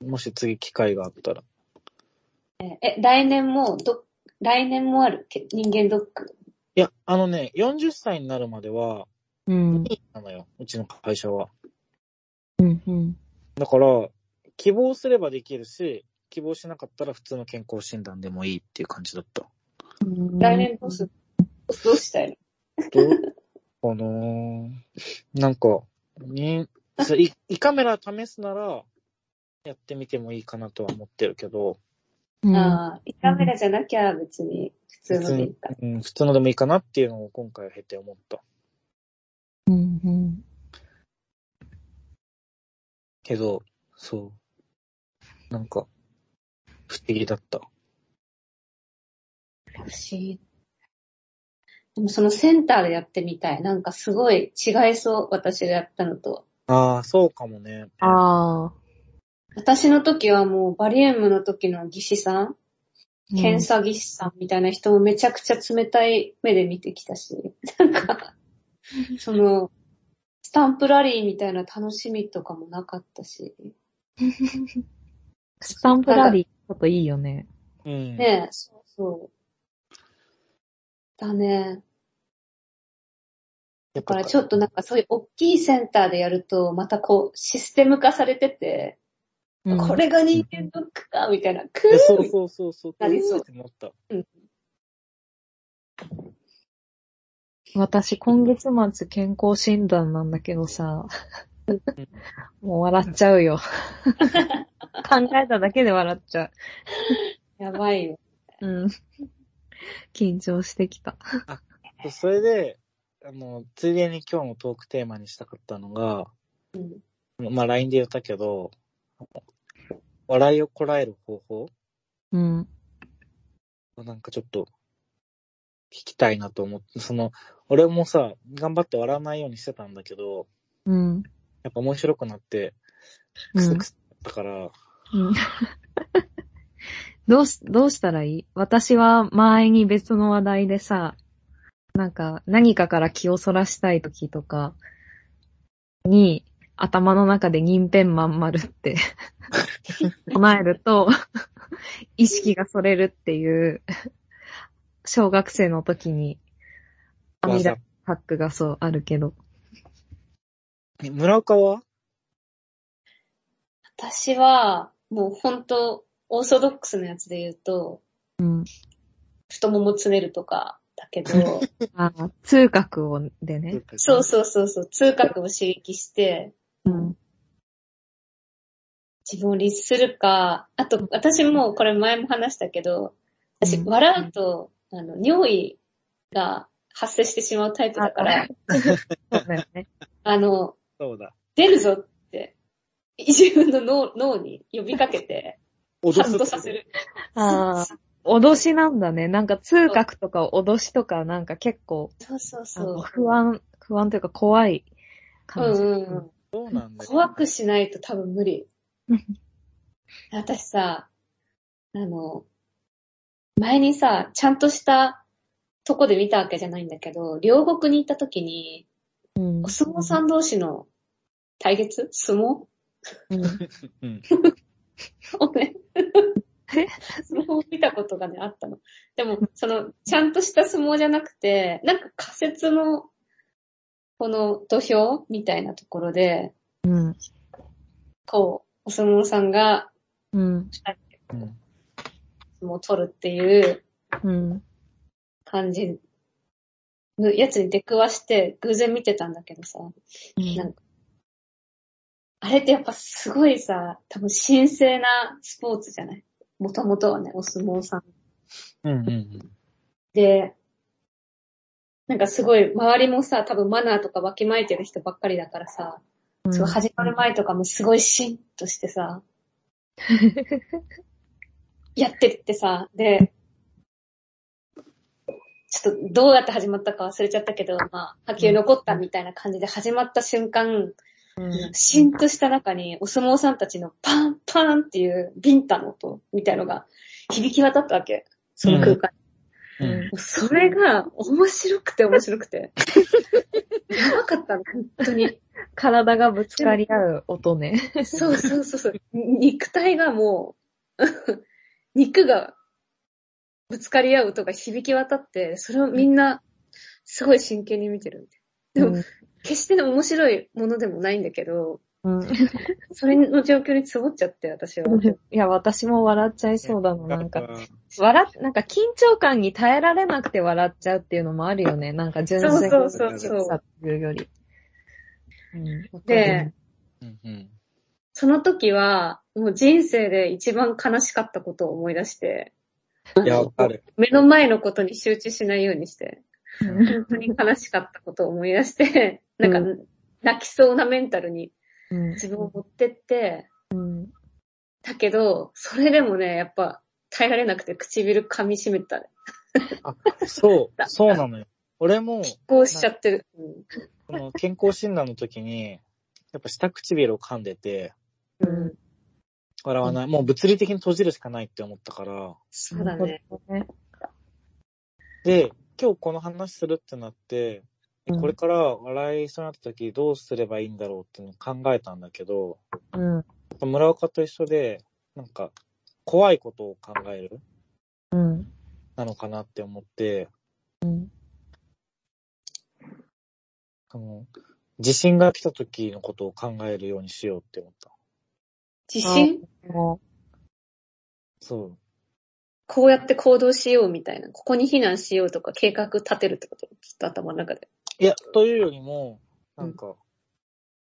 A: もし次機会があったら。
C: え、来年も、ど、来年もあるけ人間ドック。
A: いや、あのね、40歳になるまでは、
D: うん。
A: いいなのよ、うちの会社は。
D: うん。うん。
A: だから、希望すればできるし、希望しなかったら普通の健康診断でもいいっていう感じだった。
C: 来年どうするどうしたいの
A: どうかなぁなんか、に、そう胃胃カメラ試すなら、やってみてもいいかなとは思ってるけど、
D: うん
C: ああ、胃カメラじゃなきゃ別に普通のでいいか。
A: うん、普通のでもいいかなっていうのを今回は経て思った。
D: うん。うん。
A: けど、そう。なんか、不思議だった。
C: 不思議。でもそのセンターでやってみたい。なんかすごい違いそう、私がやったのと。
A: ああ、そうかもね。
D: ああ。
C: 私の時はもうバリウムの時の技師さん、検査技師さんみたいな人もめちゃくちゃ冷たい目で見てきたし、なんか、その、スタンプラリーみたいな楽しみとかもなかったし、
D: スタンプラリー、ちょっといいよね。
A: うん。
C: ねえ、そうそう。だね。
A: だ
C: だからちょっとなんかそういう大きいセンターでやると、またこうシステム化されてて、
D: うん
C: これが人間ドックか、みたいな。ク
A: えそ
C: ー
A: う
C: ル
A: そうそうそう。
C: なりそう
A: って思った。
D: 私、今月末健康診断なんだけどさ、もう笑っちゃう よ。考えただけで笑っちゃ
C: やばいよ。
D: う。うん。緊張してきた。
A: そうそれで、あの、ついでに今日のトークテーマにしたかったのが、
C: うん
A: まあ LINE で言ったけど、笑いをこらえる方法
D: うん。
A: をなんかちょっと、聞きたいなと思って、その、俺もさ、頑張って笑わないようにしてたんだけど、
D: うん。
A: やっぱ面白くなって、
D: う
A: くす
D: ん
A: くすだから、
D: うん どうし、どうしたらいい私は前に別の話題でさ、なんか何かから気をそらしたい時とかに 頭の中で銀ペンまん丸って唱えると、 意識がそれるっていう、小学生の時に、アミ
A: 技
D: ダハックがそうあるけど。
A: え村岡は
C: 私は、もう本当オーソドックスなやつで言うと、
D: うん。
C: 太ももつねるとか、だ けど、
D: あー痛覚を、でね。
C: そうそうそうそう、痛覚を刺激して、
D: うん。
C: 自分を律するか、あと、私もこれ前も話したけど、私、
D: うん
C: 笑うと、あの、尿意が発生してしまうタイプだから、
D: そうだよ ね。
C: あの、
A: そうだ。
C: 出るぞって、自分の脳脳に呼びかけ て、ハ
A: 脅
C: ッとさせる。
D: ああ、脅しなんだね。なんか痛覚とか脅しとかなんか結構、
C: そうそ
D: あ
C: う
D: の
C: そ。
D: 不安、不安というか怖いう感
C: う
D: じ。
C: んうんうん。
A: そうなんだよ。
C: 怖くしないと多分無理。私さ、あの、前にさ、ちゃんとしたとこで見たわけじゃないんだけど、両国に行った時に、
D: うん
C: お相撲さん同士の対決相撲
D: うん
A: うん。
C: をね
D: え、
C: 相撲を見たことがね、あったの。でも、その、ちゃんとした相撲じゃなくて、なんか仮説の、この土俵みたいなところで、
D: うん。
C: こう、お相撲さんが
D: うん。
A: うん
C: 相撲を取るっていう
D: うん。
C: 感じのやつに出くわして、偶然見てたんだけどさ、なんか、あれってやっぱすごいさ、多分神聖なスポーツじゃないもともとはね、お相撲さん
A: うんうん
C: で、なんかすごい、周りもさ、多分マナーとかわきまえてる人ばっかりだからさ、
D: うん
C: その始まる前とかもすごいシンとしてさ、やってってさ、で、ちょっとどうやって始まったか忘れちゃったけど、まあ、波及残ったみたいな感じで始まった瞬間、
D: うん
C: シンとした中にお相撲さんたちのパンパンっていうビンタの音みたいのが響き渡ったわけ。その空間に
A: う
D: うん
A: ん。
C: もうそれが面白くて面白くて。やばかったの、本当に。
D: 体がぶつかり合う音ね。
C: そうそうそうそう。肉体がもう、 肉がぶつかり合う音が響き渡って、それをみんなすごい真剣に見てる。でも、決して面白いものでもないんだけど、
D: うんうん
C: それの状況につぼっちゃって、私は。
D: いや、私も笑っちゃいそうだな。なんか、笑っ、なんか緊張感に耐えられなくて笑っちゃうっていうのもあるよね。なんか純粋
C: そうそうそうそう
D: さっていうより。うん、
C: で、
A: うんうん。
C: その時は、もう人生で一番悲しかったことを思い出して、
A: いや、わかる。
C: 目の前のことに集中しないようにして、
D: うん
C: 本当に悲しかったことを思い出して、なんか、
D: う
C: 泣きそうなメンタルに
D: うん
C: 自分を持ってって、
D: うん
C: だけど、それでもね、やっぱ耐えられなくて唇噛み締めた。
A: あ、そう、そうなのよ。俺も、
C: こうしちゃってる。
A: この健康診断の時に、やっぱ下唇を噛んでて、
C: うん。
D: うん
A: 笑わない。もう物理的に閉じるしかないって思ったから。
C: そうだね。。
A: で、今日この話するってなって、
D: うん
A: これから笑いそうになった時どうすればいいんだろうっていうのを考えたんだけど、
D: うん。
A: 村岡と一緒で、なんか、怖いことを考える
D: うん。
A: なのかなって思って、
D: うん。
A: その、地震が来た時のことを考えるようにしようって思った。
C: 自信
D: も
A: そう。
C: こうやって行動しようみたいな。ここに避難しようとか計画立てるってことずっと頭の中で。
A: いや、というよりも、なんか、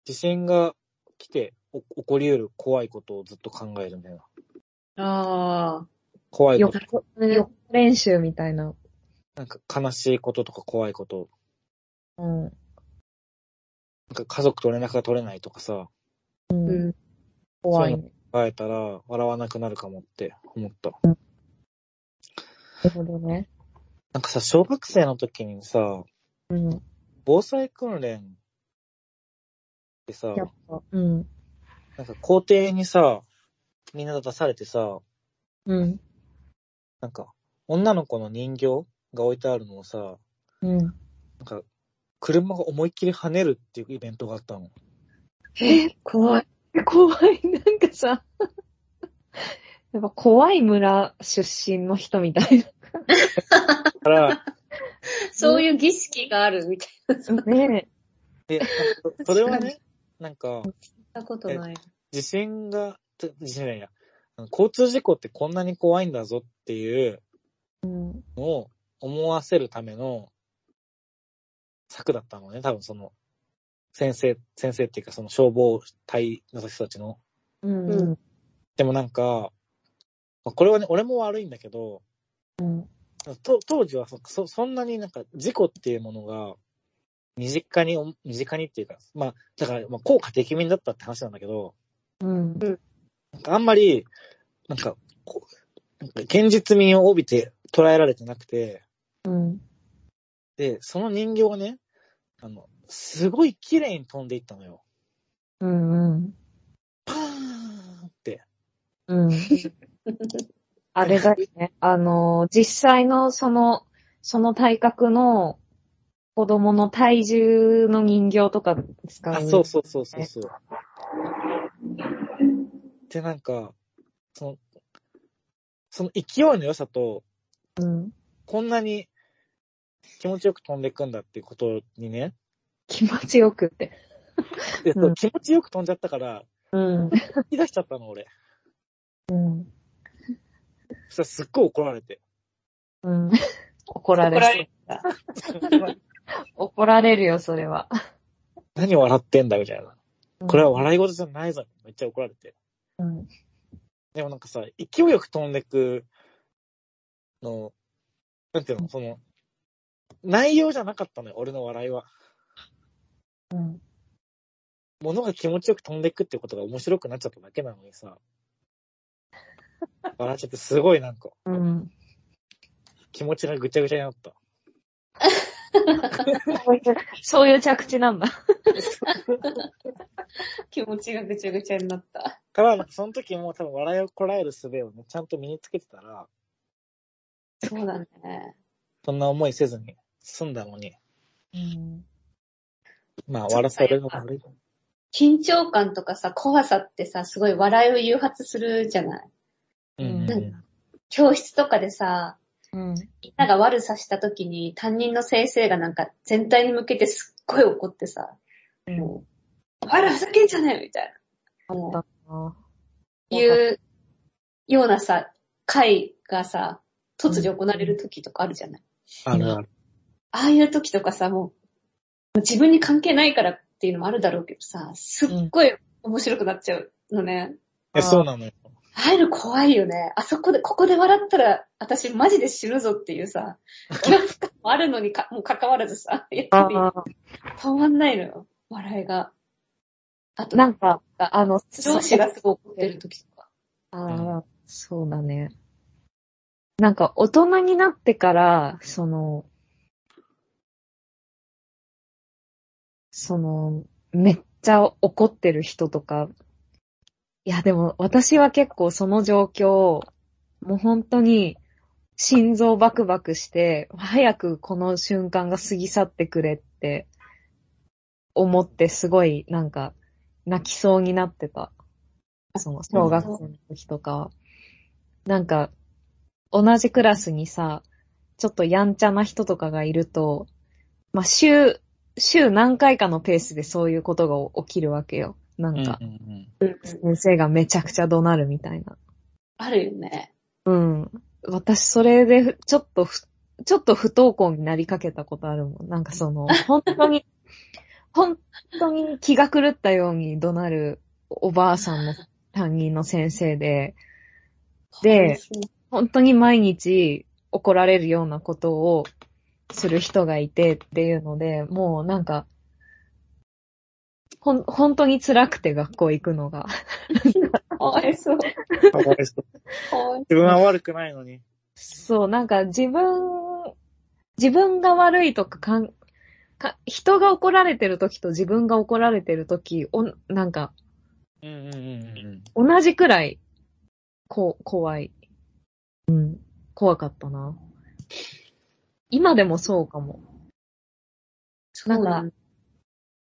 A: 地震が来てお起こり得る怖いことをずっと考えるみたいな。
C: ああ。
A: 怖
D: う、
A: い
D: よ
A: こと、、
D: よ、練習みたいな。
A: なんか悲しいこととか怖いこと、
D: うん。
A: なんか家族と連絡が取れないとかさ、
D: う。
C: うんん。
D: 怖いね。
A: 考えたら笑わなくなるかもって思った。
D: なるほどね。
A: なんかさ、小学生の時にさ、
D: うん。
A: 防災訓練ってさ、
D: やっぱ。うん。
A: なんか校庭にさ、みんな出されてさ、
D: うん。
A: なんか、女の子の人形が置いてあるのをさ、
D: うん。
A: なんか、車が思いっきり跳ねるっていうイベントがあったの。
C: え、怖い。
D: 怖い。なんかさ、 やっぱ怖い村出身の人みたい
A: から、
C: そういう儀式があるみたい
D: な。 ね
A: で、それはね、なんか、
C: なことない。
A: 地震が、ちょ地震じゃないや、あの交通事故ってこんなに怖いんだぞっていう
D: え。うん。
A: のを思わせるための策だったのね、多分その、先生、先生っていうかその消防隊の人たちの。
D: うん。
C: うん
A: でもなんか、これはね、俺も悪いんだけど、と当時はそそそんなになんか事故っていうものが身近に、お身近にっていうか、まあ、だから、まあ、効果てきめんだったって話なんだけど、
D: うん。
A: なんかあんまり、なんか、こうなんか現実味を帯びて捉えられてなくて、
D: うん。
A: で、その人形がね、あの、すごい綺麗に飛んでいったのよ。
D: うん。うん。
A: パーンって。
D: うん。あれだよね。あの、実際のその、その体格の子供の体重の人形とか使う。
A: あ、そうそうそうそうそう。で、なんか、その、その勢いの良さと、
D: う。うん。
A: こんなに気持ちよく飛んでいくんだっていうことにね、
D: 気持ちよくって。
A: でそう
D: うん
A: 気持ちよく飛んじゃったから、
D: うん。
A: 引き出しちゃったの俺。
D: うん。
A: そしたらすっごい怒られて。
D: うん。怒られ
C: 怒られ
D: る。怒られるよ、それは。
A: 何笑ってんだみたいな。これは笑い事じゃないぞ。めっちゃ怒られて。
D: うん。
A: でもなんかさ、勢いよく飛んでくの、なんていうの、その、内容じゃなかったのよ、俺の笑いは。
D: うん。
A: 物が気持ちよく飛んでくってことが面白くなっちゃっただけなのにさ。笑っちゃってすごいなんか、
D: うん。
A: 気持ちがぐちゃぐちゃになった。
D: そういうそういう着地なんだ。
C: 気持ちがぐちゃぐちゃになった。
A: から、なんかその時も多分笑いをこらえる術をね、ちゃんと身につけてたら、
C: そうだね。
A: そんな思いせずに済んだのに、
D: うん。
A: まあ笑されるのも悪い。
C: 緊張感とかさ、怖さってさ、すごい笑いを誘発するじゃない
A: うん
D: うん
A: うん。
C: 教室とかでさ、
D: うん。
C: みんなが悪さした時に担任の先生がなんか全体に向けてすっごい怒ってさ、もう、あらふざけんじゃねえみたいな。もう
D: あ
C: いうようなさ、会がさ、突如行われる時とかあるじゃない、
A: あるある。
C: ああいう時とかさ、もう、もう自分に関係ないからっていうのもあるだろうけどさ、すっごい面白くなっちゃうのね。
A: え、そうなのよ。
C: ああいうの怖いよね。あそこで、ここで笑ったら、私マジで死ぬぞっていう さ、恐怖感もあるのにか、もう関わらずさ、やっぱり
D: あ
C: 止まんないのよ、笑いが。あと、
D: なんか、あの、
C: 上司がすごい怒ってる時とか。
D: ああ、そうだね。なんか、大人になってから、その、その、めっちゃ怒ってる人とか、いや、でも私は結構その状況、もう本当に心臓バクバクして、早くこの瞬間が過ぎ去ってくれって思って、すごいなんか泣きそうになってた。その小学生の時とかは。なんか、同じクラスにさ、ちょっとやんちゃな人とかがいると、まあ、週、週何回かのペースでそういうことが起きるわけよ。な
A: うんんうん
D: か、
A: うん。
D: 先生がめちゃくちゃ怒鳴るみたいな。
C: あるよね。
D: うん。私、それでふ、ちょっとふ、ちょっと不登校になりかけたことあるもん。なんかその、本当に、本当に気が狂ったように怒鳴るおばあさんの担任の先生で、で、本当に毎日怒られるようなことをする人がいてっていうので、もうなんか、ほん、本当に辛くて学校行くのが。
C: かわいそう。
A: かわいそう
C: かわい
A: 自分は悪くないのに。
D: そう、なんか自分、自分が悪いとかかん、か、人が怒られてる時と自分が怒られてる時、おん、なんか、
A: うんうんうんうん。
D: 同じくらい、こう、怖い。うん、怖かったな。今でもそうかも。
C: そう
D: なんか
C: なんだ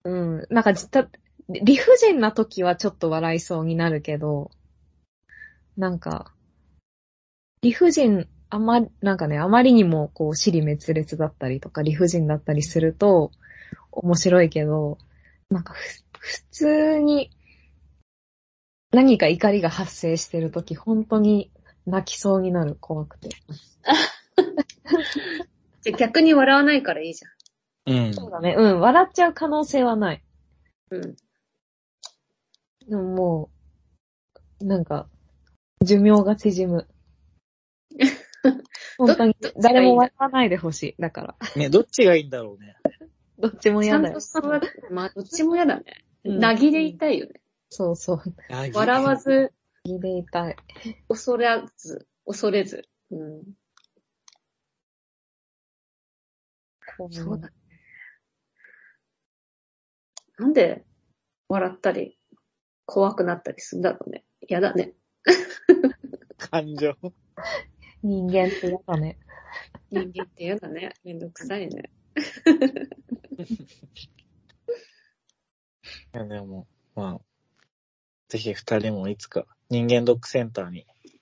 D: うん、なんかじた、理不尽な時はちょっと笑いそうになるけど、なんか、理不尽、あま、なんかね、あまりにもこう、尻滅裂だったりとか、理不尽だったりすると、面白いけど、なんかふ、普通に、何か怒りが発生してるとき、本当に泣きそうになる、怖くて。
C: じゃあ逆に笑わないからいいじ
A: うん。
D: そうだね、うん、笑っちゃう可能性はない。
C: ゃん。うん。
D: でももう、なんか、寿命が縮 む。本当に
C: どっちがいいんだ
D: 誰も笑わないでほしい。だから、
A: ね、どっちがいいんだろうね。
D: どっちも
C: ちゃ
D: 嫌だ
C: ん
D: よ
C: と。そうだまあ、どっちも嫌だね。
D: うん
C: なぎでいたいよね。
D: そうそう。
A: あ
C: 笑わ。ず、
D: 入れたい。
C: 恐れず、恐れず。うん。
D: こう
C: そうだね。なんで、笑ったり、怖くなったりするんだろうね。嫌だね。
A: 感情。
D: 人間って嫌だね。
C: 人間って嫌だね。めんどくさいね。
A: いや、でも、まあ、ぜひ二人もいつか人間ドックセンターに行っ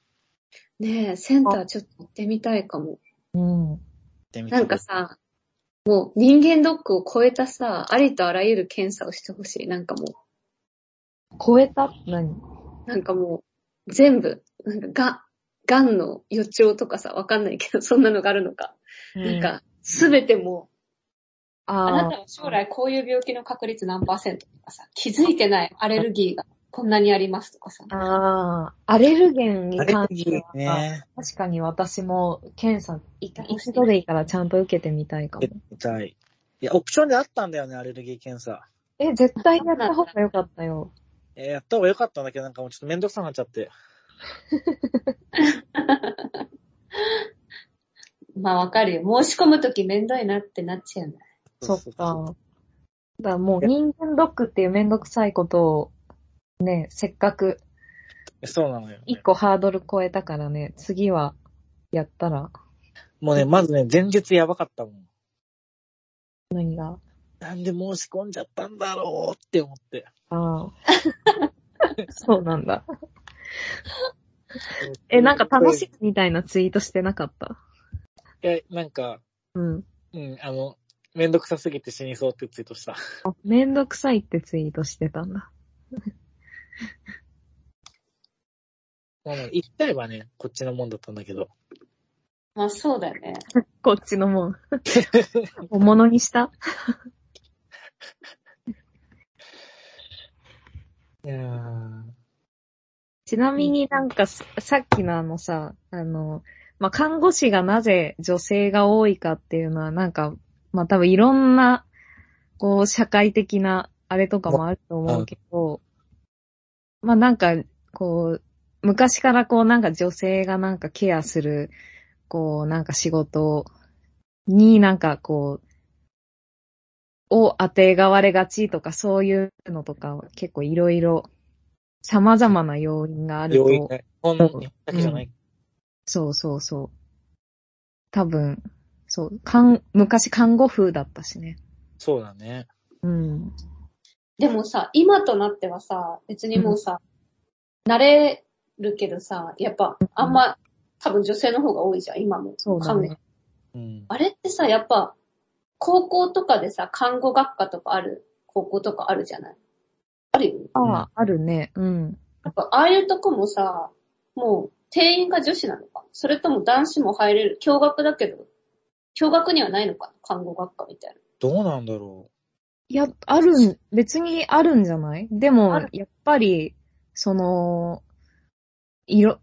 C: ねえ、センターちょっと行ってみたいかも。
D: うん。
A: てみた
C: ないんか、さ、もう人間ドックを超えたさ、ありとあらゆる検査をしてほしい。なんかも
D: 超えた何
C: う、なんかもう、全部、なんかが、がんの予兆とかさ、わかんないけど、そんなのがあるのか。なん、か、すべてもう、あな
D: あ
C: たは将来こういう病気の確率何パーセントとかさ、気づいてないアレルギーがこんなにありますとかさ。
D: あ、ああ、アレルゲンに
A: アレ
D: 関
A: ル
D: して
A: ギ
D: は
A: ー、ね、
D: 確かに私も検査、一度でいいからちゃんと受けてみたいかも
A: 受。けてみたい。いや、オプションであったんだよね、アレルギー検査。
D: え、絶対やった方がよかったよ。
A: えーやった方がよかったんだけど、なんかもうちょっとめんどくさくなっちゃって。
C: まあわかるよ。申し込むときめんどいなってなっちゃうね。
D: そっ
A: ううう。
D: か。だからもう人間ドックっていうめんどくさいことを、ね、せっかく
A: そうなのよ、ね
D: 一。個ハードル超えたからね、次はやったら
A: もうね、まずね、前日やばかったもん。
D: 何が、
A: なんで申し込んじゃったんだろうって思って。
D: ああ。そうなんだ。え、なんか楽しいみたいなツイートしてなかった
A: い。や、なんか、
D: うん。
A: うん、あの、めんどくさすぎて死にそうってツイートした。
D: あめんどくさいってツイートしてたんだ。
A: もうね、行っちゃえばね、こっちのもんだったんだけど。
C: まあそうだよね。
D: こっちのもん。おものにした
A: いやー
D: ちなみになんかささっきのあのさ、あの、まあ、看護師がなぜ女性が多いかっていうのはなんか、まあ、多分いろんな、こう、社会的なあれとかもあると思うけど、まあ、なんか、こう、昔からこうなんか女性がなんかケアする、こうなんか仕事になんかこう、を当てがわれがちとかそういうのとか結構いろいろ様々な要因があると。
A: 要因ね。日本日本だけじゃない。
D: そうそうそう。多分、そう、看、昔看護風だったしね。
A: そうだね。
D: うん。
C: でもさ、今となってはさ、別にもうさ、慣れるけどさ、やっぱ、あんま、多分女性の方が多いじゃん、今も。
D: そうだね
C: 看護
A: うん。
C: あれってさ、やっぱ、高校とかでさ、看護学科とかある、高校とかあるじゃないあるよね。
D: ああ、あるね。うん。
C: やっぱ、ああいうとこもさ、もう、定員が女子なのかそれとも男子も入れる共学だけど、共学にはないのか看護学科みたい
A: どうなんだろ
D: いや、あるん、別にあるんじゃないでも
C: ある、
D: やっぱり、その、いろ、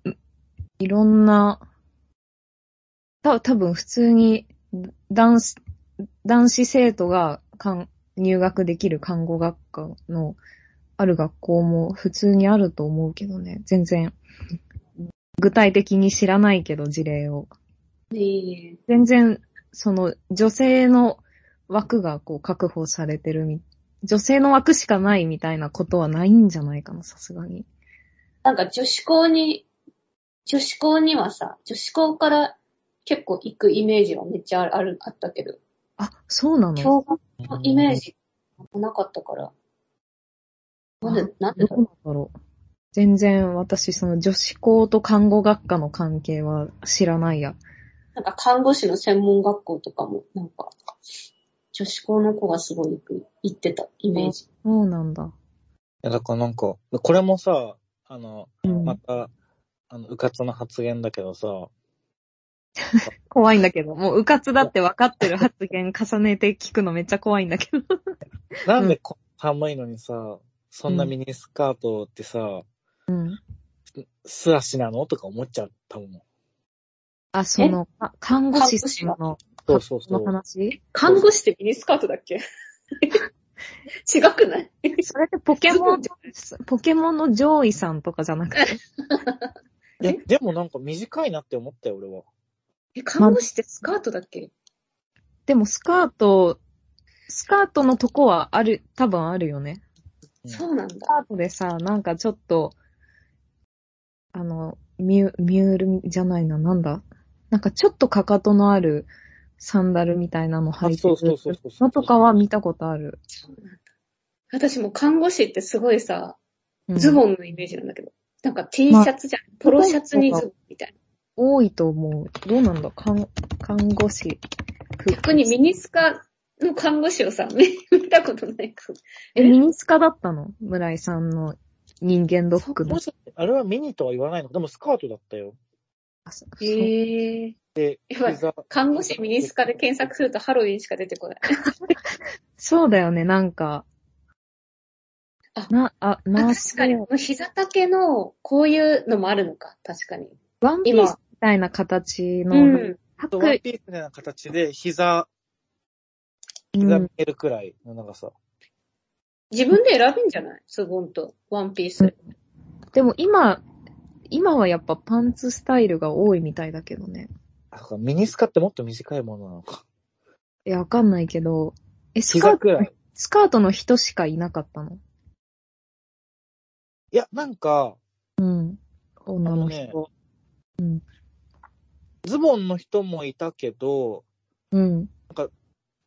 D: いろんな、た多分普通に、男子、男子生徒が看入学できる看護学科のある学校も普通にあると思うけどね。全然、具体的に知らないけど、事例を。
C: な。ね
D: 全然、その、女性の枠がこう確保されてるみ、女性の枠しかないみたいなことはないんじゃないかな、さすがに。
C: なんか女子校に、女子校にはさ、女子校から結構行くイメージはめっちゃある、あるあったけど、
D: あ、そうなの
C: 共学
A: う。
C: のイメー
A: ジ。
C: ジなかったから、
D: あ
C: なんで、なんで
D: どう
C: だろ
D: な
C: うん
D: だろう。全然私、その女子校と看護学科の関係は知らないや。
C: なんか看護師の専門学校とかも、なんか、女子校の子がすごい行く行ってたイメージ。
D: そうなんだ。
A: いやだからなんか、これもさ、あの、
D: うん
A: また、あの、うかつな発言だけどさ、
D: 怖いんだけど、もううかつだって分かってる発言重ねて聞くのめっちゃ怖いんだ けど。
A: なんでこ寒いのにさ、そんなミニスカートってさ、
D: うん。
A: 素足なのとか思っちゃったもん。
D: あ、その、か看護師さんの
A: そうそうそ
D: の
A: う。
D: 話
C: 看護師ってミニスカートだ っけ違くない
D: それってポケ モン、ポケモンの上位さんとかじゃなくて、
A: いやでもなんか短いなって思ったよ、俺は。
C: え、看護師ってスカートだっけ
D: でもスカート、スカートのとこはある、多分あるよね。
C: そうなん
D: ス
C: だ。
D: カートでさ、なんかちょっと、あの、ミュミュールじゃないな、なんだなんかちょっとかかとのあるサンダルみたいなの履い
A: あ
D: て
A: そうそうそう
D: る
A: そうそう
D: のとかは見たことある。
C: そうなんだ。私も看護師ってすごいさ、
D: うん
C: ズボンのイメージなんだけど、なんか T シャツじゃん。ポロシャツにズボンみたいな。
D: 多いと思う。どうなんだ看、看護師。
C: 逆にミニスカの看護師をさ、 見見たことないから。
D: え、ミニスカだったの村井さんの人間ドックの。
A: あれはミニとは言わないのでもスカートだったよ。
D: あそ
C: へえ。やばい
A: 膝
C: 看護師ミニスカで検索するとハロウィンしか出てこない。
D: そうだよね、なんか。
C: あ
D: な、あ、
C: あ
D: ナース
C: 確かに、この膝丈の、こういうのもあるのか、確かに。
D: ワンピースみたいな形
C: う
D: の、
C: ん。
D: パ
A: と
D: ク
A: ワンピースみたいな形で膝、
D: う
A: 膝
D: ん
A: 見えるくらいの長さ。
C: 自分で選べんじゃないズボンと、ワンピース。
D: でも今、今はやっぱパンツスタイルが多いみたいだけどね。
A: あそうかミニスカってもっと短いものなのか。
D: いや、わかんないけど、え、ス
A: 膝
D: カート
A: く、らい。
D: スカートの人しかいなかったの
A: いや、なんか、
D: うん。女の人。
A: あのズボンの人もいたけど、
D: うん。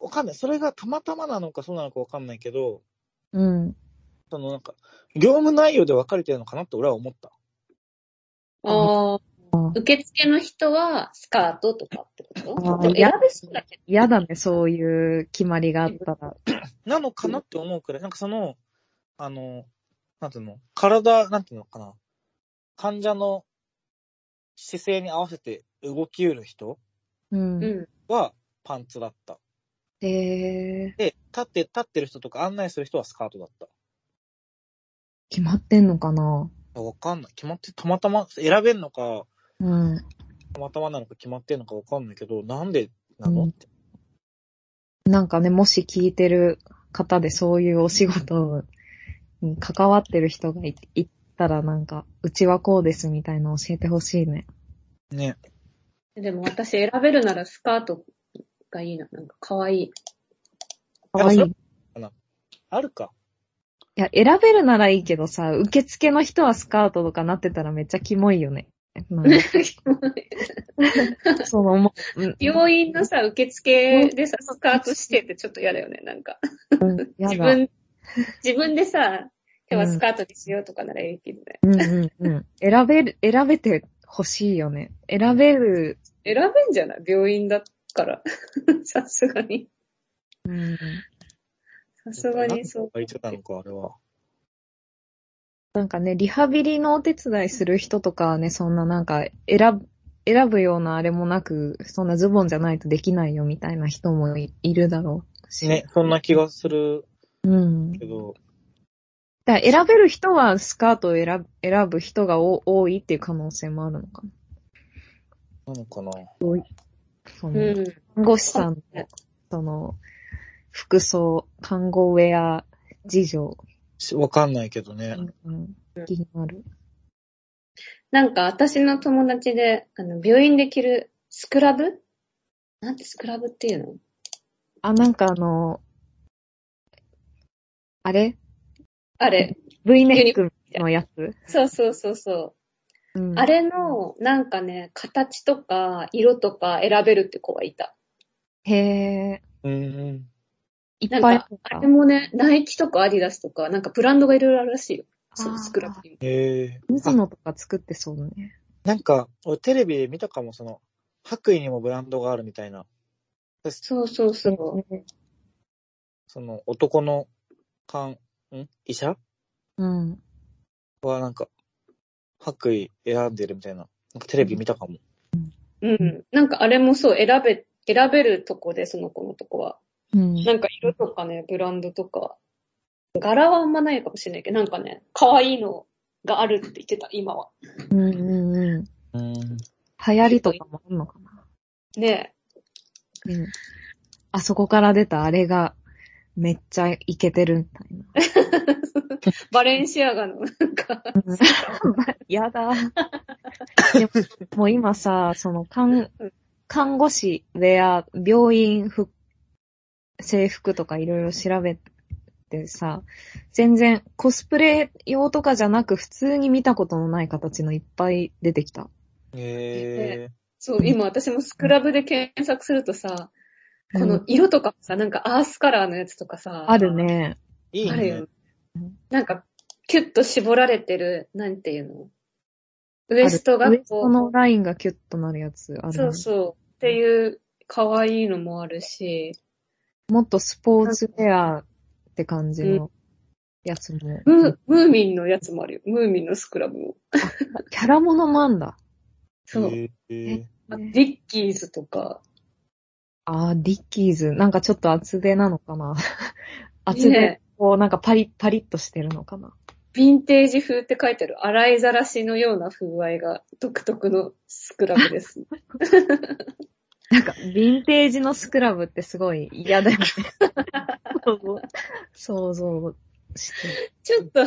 A: わかんない。それがたまたまなのかそうなのかわかんないけど、
D: うん。
A: そのなんか、業務内容で分かれてるのかなって俺は思った。
C: ああ
D: あ。
C: 受付の人は、スカートとかってこ
D: あー
C: とでも選べそうだけ
D: 嫌だね、そういう決まりがあったら。
A: なのかなって思うくらい、なんかその、あの、なんていうの、体、なんていうのかな、患者の姿勢に合わせて動きうる人
D: うん。
C: ど。うん。
A: はパンツだった。
D: えー、
A: で、立って、立ってる人とか案内する人はスカートだった。
D: 決まってんのかな
A: わかんない。決まって、たまたま、選べんのか、
D: うん。
A: たまたまなのか決まってんのかわかんないけど、なんでなの、
D: うん
A: って。
D: なんかね、もし聞いてる方でそういうお仕事に関わってる人がいいたらなんか、うちはこうですみたいなの教えてほしいね。
A: ね。
C: でも私選べるならスカートがいいな。なんか可愛い。
D: かわいい。
A: やっ
D: い
A: ぱあるか。
D: や、選べるならいいけどさ、受付の人はスカートとかなってたらめっちゃキモいよね。なん かその、もう、うん、
C: 病院のさ、受付でさ、スカートしてってちょっと嫌だよね、なんか。
D: や
C: 自
D: だ。うん
C: 分、自分でさ、今日はスカートにしようとかならいいけどね。
D: うんうん。選べる、選べてほしいよね。選べる、
C: 選べんじゃない病院だから。 さすがに。
D: うん。
C: さすがにそう。
A: 言ってたのか、あれは。
D: なんかね、リハビリのお手伝いする人とかはね、そんななんか、選ぶ、選ぶようなあれもなく、そんなズボンじゃないとできないよみたいな人もいいるだろうし。
A: ね、そんな気がする
D: うん。
A: けど、
D: だから選べる人はスカートを選ぶ選ぶ人がお多いっていう可能性もあるのかな。
A: なのかな。
D: そうの、
C: ん。
D: 看護師さんの、その、服装、看護ウェア事情、
A: しわかんないけどね。
D: うん、気になる。
C: なんか私の友達で、あの、病院で着るスクラブなんてスクラブっていうの
D: あ、なんかあの、あれ
C: あれ。
D: ?V ネックのやつ、
C: そうそうそうそう。
D: うん
C: あれの、なんかね、形とか、色とか選べるって子がいた。
D: へえ、
A: うんうん。
D: いっ
C: なん
D: ぱいあ
C: か
D: るの、
C: あ
D: か
C: れもね、ナイキとかアディダスとか、なんかブランドがいろいろあるらしいよ。そう、
B: あー
C: スクラッピング。
A: へえ
D: 水野とか作ってそうだね。
A: なんか、俺テレビで見たかも、その、白衣にもブランドがあるみたいな、
C: そうそうそう。
A: その男の看、ん医者
D: うん。
A: はなんか、白衣選んでるみたいな、なんかテレビ見たかも。
C: うん。なんかあれもそう、選べ、選べるとこで、その子のとこは。
D: うん。
C: なんか色とかね、ブランドとか。柄はあんまないかもしれないけど、なんかね、可愛いのがあるって言ってた、今は。
D: うんうんうん。流
A: うん。
D: 行りとかもあるのかな。
C: ね
D: うん。あそこから出たあれが、めっちゃイケてるみたいな。
C: えバレンシアガの、 なんか、
D: や だ。でももう今さ、その看、看護師、ウェア、病院服、制服とかいろいろ調べてさ、全然コスプレ用とかじゃなく普通に見たことのない形のいっぱい出てきた。
A: へえ
C: そう、今私もスクラブで検索するとさ、こ
D: う
C: の
D: ん
C: 色とかさ、なんかアースカラーのやつとかさ、
D: あるね。
A: いい
C: あるよ
A: ね。。
C: なんか、キュッと絞られてる、なんていうのウエストが
D: あるウエス
C: こ
D: ト
C: う、
D: のラインがキュッとなるやつあるね、
C: そうそう、っていう、可愛いのもあるし、
D: もっとスポーツウェアって感じのやつも。
C: ムー、ムーミンのやつもあるよ。ムーミンのスクラブも。
D: キャラものもあんだ。
C: そう。
A: へえ
C: あディッキーズとか、
D: あー、ディッキーズ。なんかちょっと厚手なのかな。厚手、
C: ね
D: こうなんかパリッ、パリッとしてるのかな。
C: ヴィンテージ風って書いてある、洗いざらしのような風合いが独特のスクラブです。
D: なんか、ヴィンテージのスクラブってすごい嫌だよ ね。想像して。
C: ちょっと、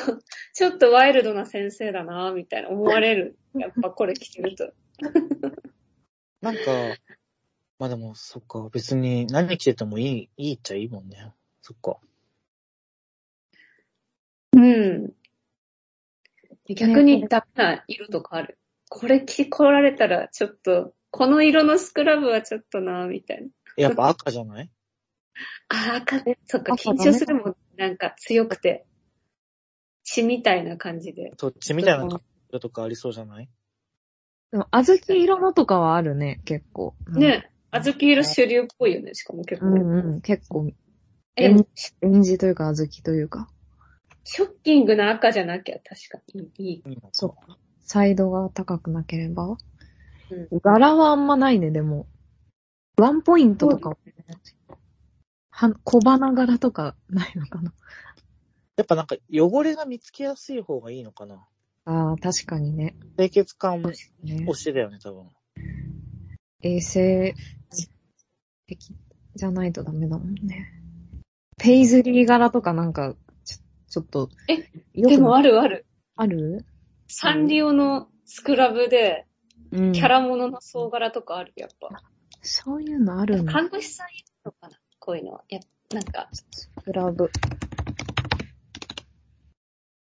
C: ちょっとワイルドな先生だなみたいな思われる。やっぱこれ着てると。
A: なんか、まあでも、そっか、別に何着ててもいい、いいっちゃいいもんね。そっか。
C: うん。逆にダメな色とかある。これ着こられたら、ちょっと、この色のスクラブはちょっとなみたいな。
A: やっぱ赤じゃない
C: ああ、か、そっか、
D: 赤
C: 緊
D: だね
C: 張するもん。なんか強くて、血みたいな感じで。
A: そっちみたいな色とかありそうじゃない
D: でも、小豆色のとかはあるね、結構。うん。
C: ね、小豆色主流っぽいよね、しかも結
D: う
C: 構。
D: んうん、結構、
C: え、でも
D: エンジというか、小豆というか、
C: ショッキングな赤じゃなきゃ確かにいい。
A: いいのか
D: そサイドが高くなければ。
C: うん
D: 柄はあんまないね、でも。ワンポイントとかは。は小花柄とかないのかな。
A: やっぱなんか汚れが見つけやすい方がいいのかな
D: ああ、確かにね。
A: 清潔感
D: ね
A: 推しだよね、多分。
D: 衛生的じゃないとダメだもんね。ペイズリー柄とかなんか、ちょちょっと。
C: え
D: よく
C: でもあるある。
D: ある
C: サンリオのスクラブで、
D: うん
C: キャラものの総柄とかある、やっぱ。
D: そういうのあるの
C: 看護師さんいるのかなこういうのは。やっぱなんか、
D: スクラブ。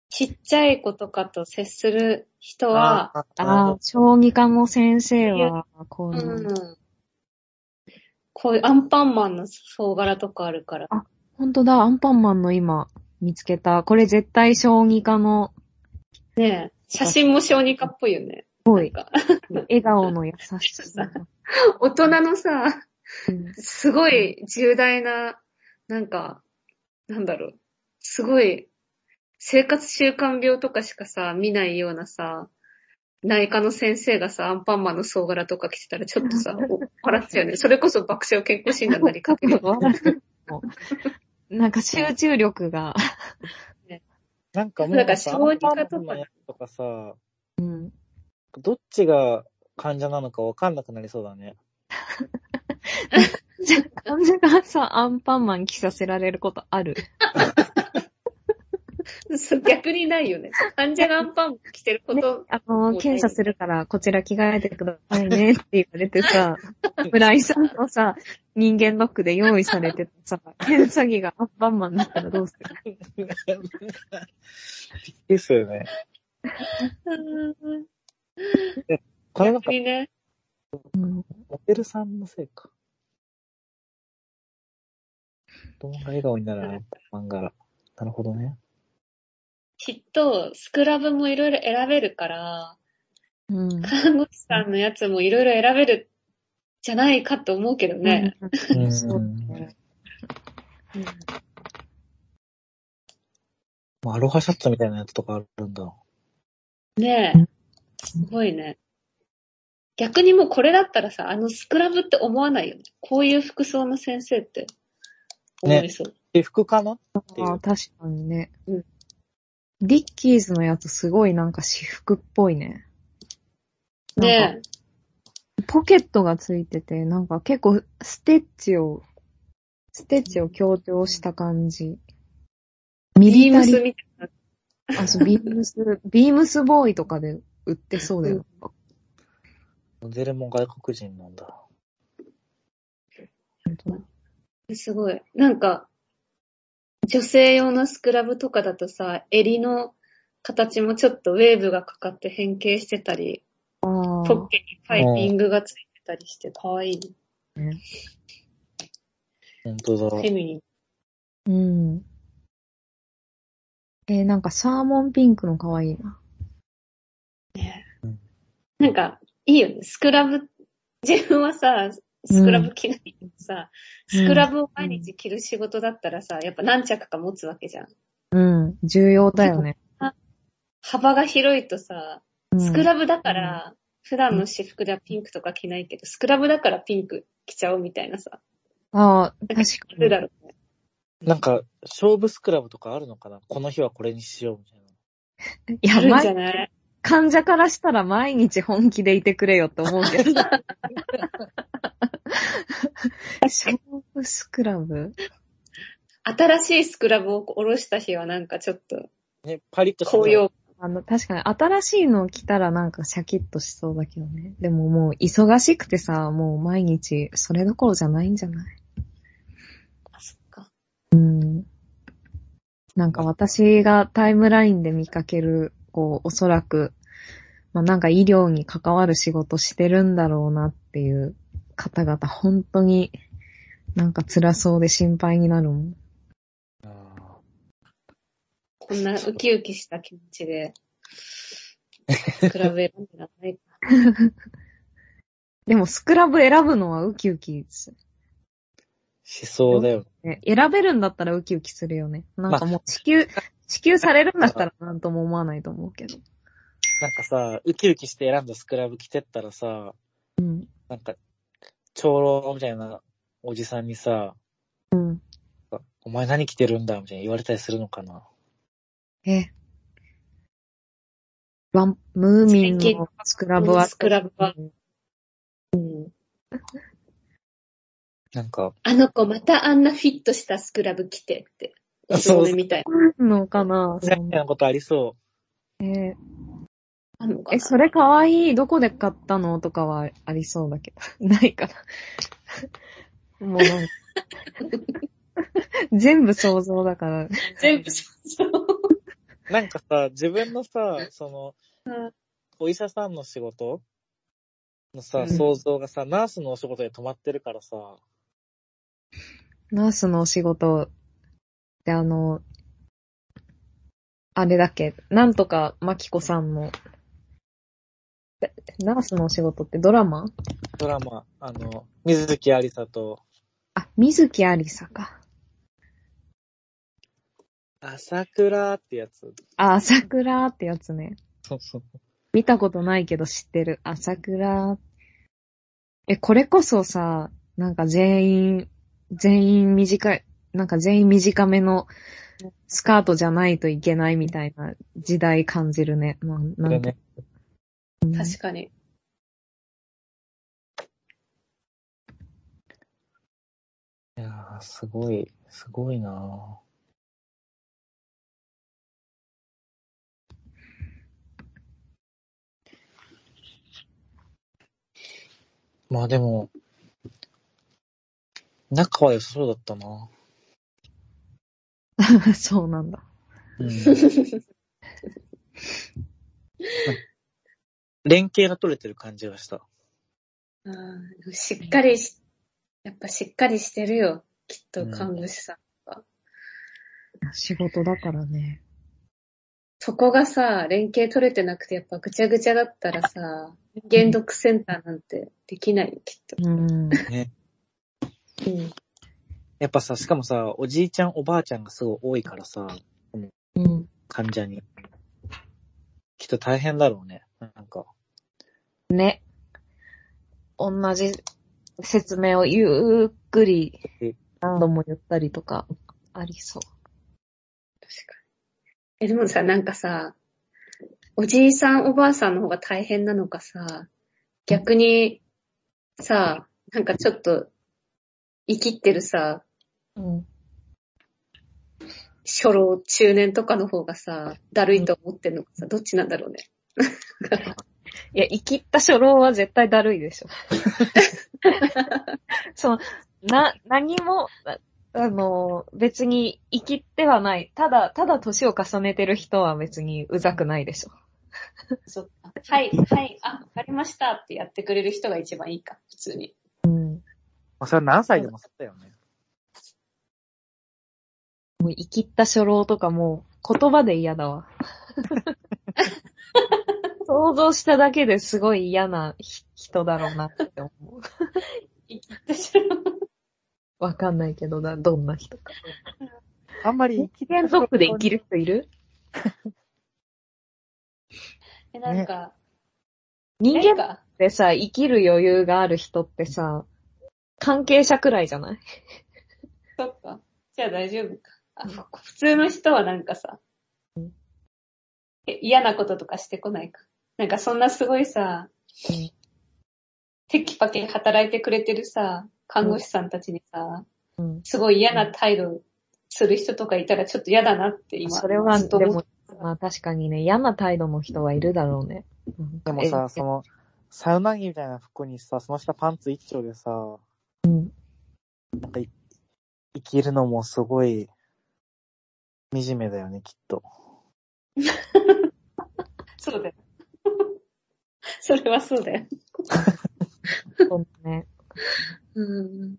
C: ちっちゃい子とかと接する人は、
A: あー
D: ああ、小児科の先生は、こうい
C: う
D: うの、
C: ん。こういうアンパンマンの総柄とかあるから。
D: 本当だ、アンパンマンの今、見つけた。これ絶対小児科の
C: ねえ写真も小児科っぽいよね。
D: ぽい。
C: なんか
D: 笑顔の優しさ。
C: 大人のさ、
D: うん
C: すごい重大な、なんか、なんだろう。すごい、生活習慣病とかしかさ、見ないようなさ、内科の先生がさ、アンパンマンの総柄とか着てたらちょっとさ、お笑っちゃうよね。それこそ爆笑健康診断になりかける。
D: なんか集中力が。
A: なんかもう
C: なんか
A: さ
C: 小児
A: ア
C: 科とか
A: ンパンマンのやつとかさ、
D: うん。
A: どっちが患者なのかわかんなくなりそうだね。
D: じゃ、患者がさ、アンパンマン着させられることある。
C: そう 逆にないよね。患者がアンパンマン着てること、
D: あの、検査するから、こちら着替えてください ねって言われてさ、村井さんのさ、人間ドックで用意されてたさ、検査着がアンパンマンだったらどうする
A: ですよね。
C: うん
A: これなんか
C: 逆、にね。
D: うん
A: モデルさんのせいか。子供が笑顔になるアンパンマン柄。なるほどね。
C: きっと、スクラブもいろいろ選べるから、
D: うん。
C: 看護師さんのやつもいろいろ選べるじゃないかと思うけどね。
A: うん
D: そうね。
A: まあアロハシャツみたいなやつとかあるんだ。
C: ね
D: う
C: え
D: ん。
C: すごいね。逆にもうこれだったらさ、あのスクラブって思わないよね。こういう服装の先生って思いそう。
A: 制服かなってい
D: ああ、
A: う。
D: 確かにね。
C: うん
D: リッキーズのやつすごいなんか私服っぽいね。なんか
C: ね
D: ポケットがついてて、なんか結構ステッチを、ステッチを強調した感じ。
C: え。
D: ミリ
C: ビー
D: タ
C: ム
D: リ
C: ス
D: ー、
C: みたいな。
D: あ、そう、ビームス、ビームスボーイとかで売ってそうだよ。
A: ゼレも外国人なんだ。
D: 本当だ
C: すごい。なんか、女性用のスクラブとかだとさ、襟の形もちょっとウェーブがかかって変形してたり、
D: あ
C: ポ
D: ー
C: ッケにパイピングがついてたりして、かわいいね。
A: 本当
C: フ
A: だ。
C: ェミニン。
D: うん。えーなんかサーモンピンクの可愛いな。
C: なんか、いいよね。スクラブ、自分はさ、スクラブ着ないけどさ、
D: うん
C: スクラブを毎日着る仕事だったらさ、やっぱ何着か持つわけじゃん。
D: うん、重要だよね。
C: 幅が広いとさ、スク
D: ブ
C: ラブだから、普段の私服ではピンクとか着ないけど、スクラブだからピンク着ちゃおうみたいなさ、
D: ああ、
C: なん
D: 確
C: か
D: か
C: ある
D: に。
C: だろうね。
A: なんか、勝負スクラブとかあるのかなこの日はこれにしようみたいな。
D: い
C: あ
D: や、
C: るんじ
D: 毎
C: ゃない
D: 患者からしたら毎日本気でいてくれよって思う けど。 勝負スクラブ
C: 新しいスクラブを下ろした日はなんかちょっと、
A: ね、パリッとして
C: 紅葉。
D: あの、確かに新しいのを着たらなんかシャキッとしそうだけどね。でももう忙しくてさ、もう毎日それどころじゃないんじゃない
C: あ、そっか。
D: うん。なんか私がタイムラインで見かける、こう、おそらく、まあなんか医療に関わる仕事してるんだろうなっていう方々、本当になんか辛そうで心配になるもん。
A: あ
C: こんなウキウキした気持ち で、スクラブ選んでない。
D: でもスクラブ選ぶのはウキウキです。
A: ーしそうだよ。
D: ね選べるんだったらウキウキするよね。なんかもう支給、支給されるんだったらなんとも思わないと思うけど。
A: なんかさ、ウキウキして選んだスクラブ着てったらさ、
D: うん。
A: なんか、長老みたいなおじさんにさ、
D: うん。
A: お前何着てるんだみたいな言われたりするのかな
D: え。ワン、ムーミンのスクラブは、
C: スクラブは。
A: なんか、
C: あの子またあんなフィットしたスクラブ着てって。おすすめみたいな。
D: のかな
A: みたいなことありそ
D: え
C: あんのかな
D: え、それかわいい、どこで買ったのとかはありそうだけど。 ないかな。もうなんか 全部想像だから。
C: 全部そう
A: う。 なんかさ、自分のさ、その、
C: うん
A: お医者さんの仕事のさ、
C: うん
A: 想像がさ、ナースのお仕事で止まってるからさ、
D: ナースのお仕事であの、あれだっけ、なんとかまきこさんの、えナースのお仕事ってドラマ
A: ドラマ、あの、水木ありさと、
D: あ、水木ありさか。
A: 朝倉ってやつ。
D: あ、朝倉ってやつね。
A: そうそう。
D: 見たことないけど知ってる。朝倉。え、これこそさ、なんか全員、全員短い、なんか全員短めのスカートじゃないといけないみたいな時代感じるね。まあ、
A: そ
D: な
A: れ
D: んか、
A: ね。
C: 確かに。
A: いやー、すごい、すごいなぁ。まあでも、仲は良さそうだったな。
D: そうなんだ。
A: うん、 連携が取れてる感じがした。
C: うんしっかりし、やっぱしっかりしてるよ。きっと看護師さん。
D: 仕事だからね。
C: そこがさ、連携取れてなくて、やっぱぐちゃぐちゃだったらさ、原読センターなんてできないよ、きっと。
D: うん。
A: ね。
C: うん。
A: やっぱさ、しかもさ、おじいちゃんおばあちゃんがすごい多いからさ、
D: うん。
A: 患者に。きっと大変だろうね。なんか。
D: ね。同じ説明をゆっくり何度も言ったりとか、ありそう。
C: 確かに。え、でもさ、なんかさ、おじいさんおばあさんの方が大変なのかさ、逆に、さ、なんかちょっと、生きってるさ、
D: うん。
C: 初老、中年とかの方がさ、だるいと思ってんのかさ、どっちなんだろうね。
D: いや、生きった初老は絶対だるいでし ょ。そう、な、何も、ああの、別に生きってはない。ただ、ただ年を重ねてる人は別にうざくないでしょ。
C: そっか。はい、はい、あ、わかりましたってやってくれる人が一番いいか、普通に。
D: うん。
A: まあ、それは何歳でもそうだよね。
D: もう生きった初老とかもう言葉で嫌だ わ。想像しただけですごい嫌なひ人だろうなって思う。わかんないけどな、どんな人か。
A: あんまり
D: 期限トップで生きる人いる
C: え、なんか、
D: 人
C: なん
D: 間っ
C: か、
D: てさ、生きる余裕がある人ってさ、関係者くらいじゃない
C: そっか。じゃあ大丈夫か。あ普通の人はなんかさ、え嫌なこととかしてこないか。なんかそんなすごいさ、テキパキ働いてくれてるさ、看護師さんたちにさ、
D: うん。
C: すごい嫌な態度する人とかいたらちょっと嫌だなって今、
D: それは、
C: ずっと
D: で
C: 思っ
D: も、まあ確かにね、嫌な態度の人はいるだろうね。
A: でも
D: え
A: さ、その、サウナ着みたいな服にさ、その下パンツ一丁でさ、なんかい、生きるのもすごい、惨めだよね、きっと。
C: そうだよ。 それはそうだよ。
D: そうね。
C: うん。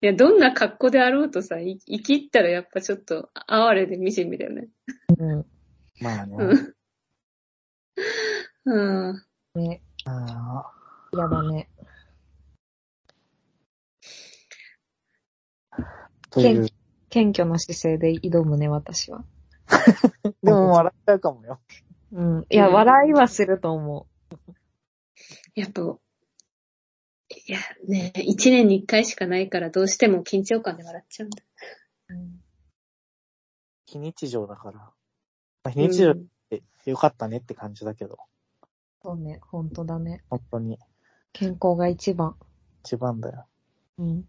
C: いや、どんな格好であろうとさ、い生きったらやっぱちょっと哀れで惨めだよね。
D: うん。
A: まあね。
C: うんうん。
D: ね、
A: あ
D: 嫌だね。
A: ーという。
D: 謙虚な姿勢で挑むね、私は。
A: でも笑っちゃうかもよ。
D: うん。いや、笑いはすると思
C: やっぱ、いや、ね、一年に一回しかないからどうしても緊張感で笑っちゃうんだ。
D: う。うん。
A: 非日常だから。まあ、非日常
C: うん
A: って良かったねって感じだけど、
D: そうね、本当だね。
A: 本当に
D: 健康が一番。
A: 一番だよ。
D: うん。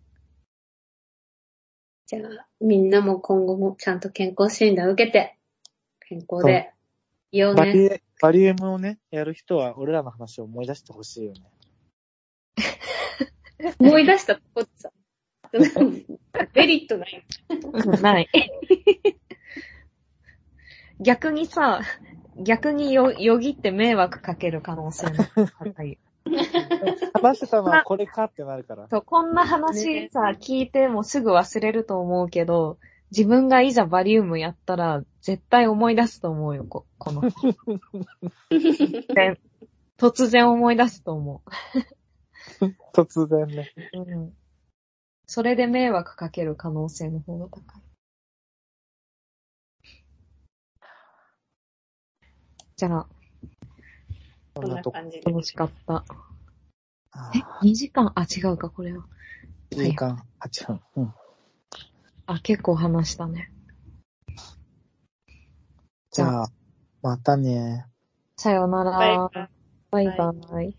C: じゃあ、みんなも今後もちゃんと健康診断受けて、健康でいよう
A: バリ
C: ね。
A: エ、バリウムをね、やる人は俺らの話を思い出してほしいよね。
C: 思い出したとこって さ、メリットない。
D: ない。 逆にさ、逆によ、よぎって迷惑かける可能性も高い。
A: 話してたのはこれかってなるから。
D: そう、こんな話さ、聞いてもすぐ忘れると思うけど、自分がいざバリウムやったら、絶対思い出すと思うよ、ここ の。で突然思い出すと思
A: 突然ね。
D: う。うん。それで迷惑かける可能性の方が高い。じゃあ、
A: こ
C: こんな
A: とこ。
C: 感じで。
D: 楽しかった。
A: あ
D: え、2時間あ、違うか、これは。
A: ー時間8分。うん。
D: あ、結構話したね。
A: じゃあ、またね。
D: さようなら。
C: バイバイ
D: バイバイ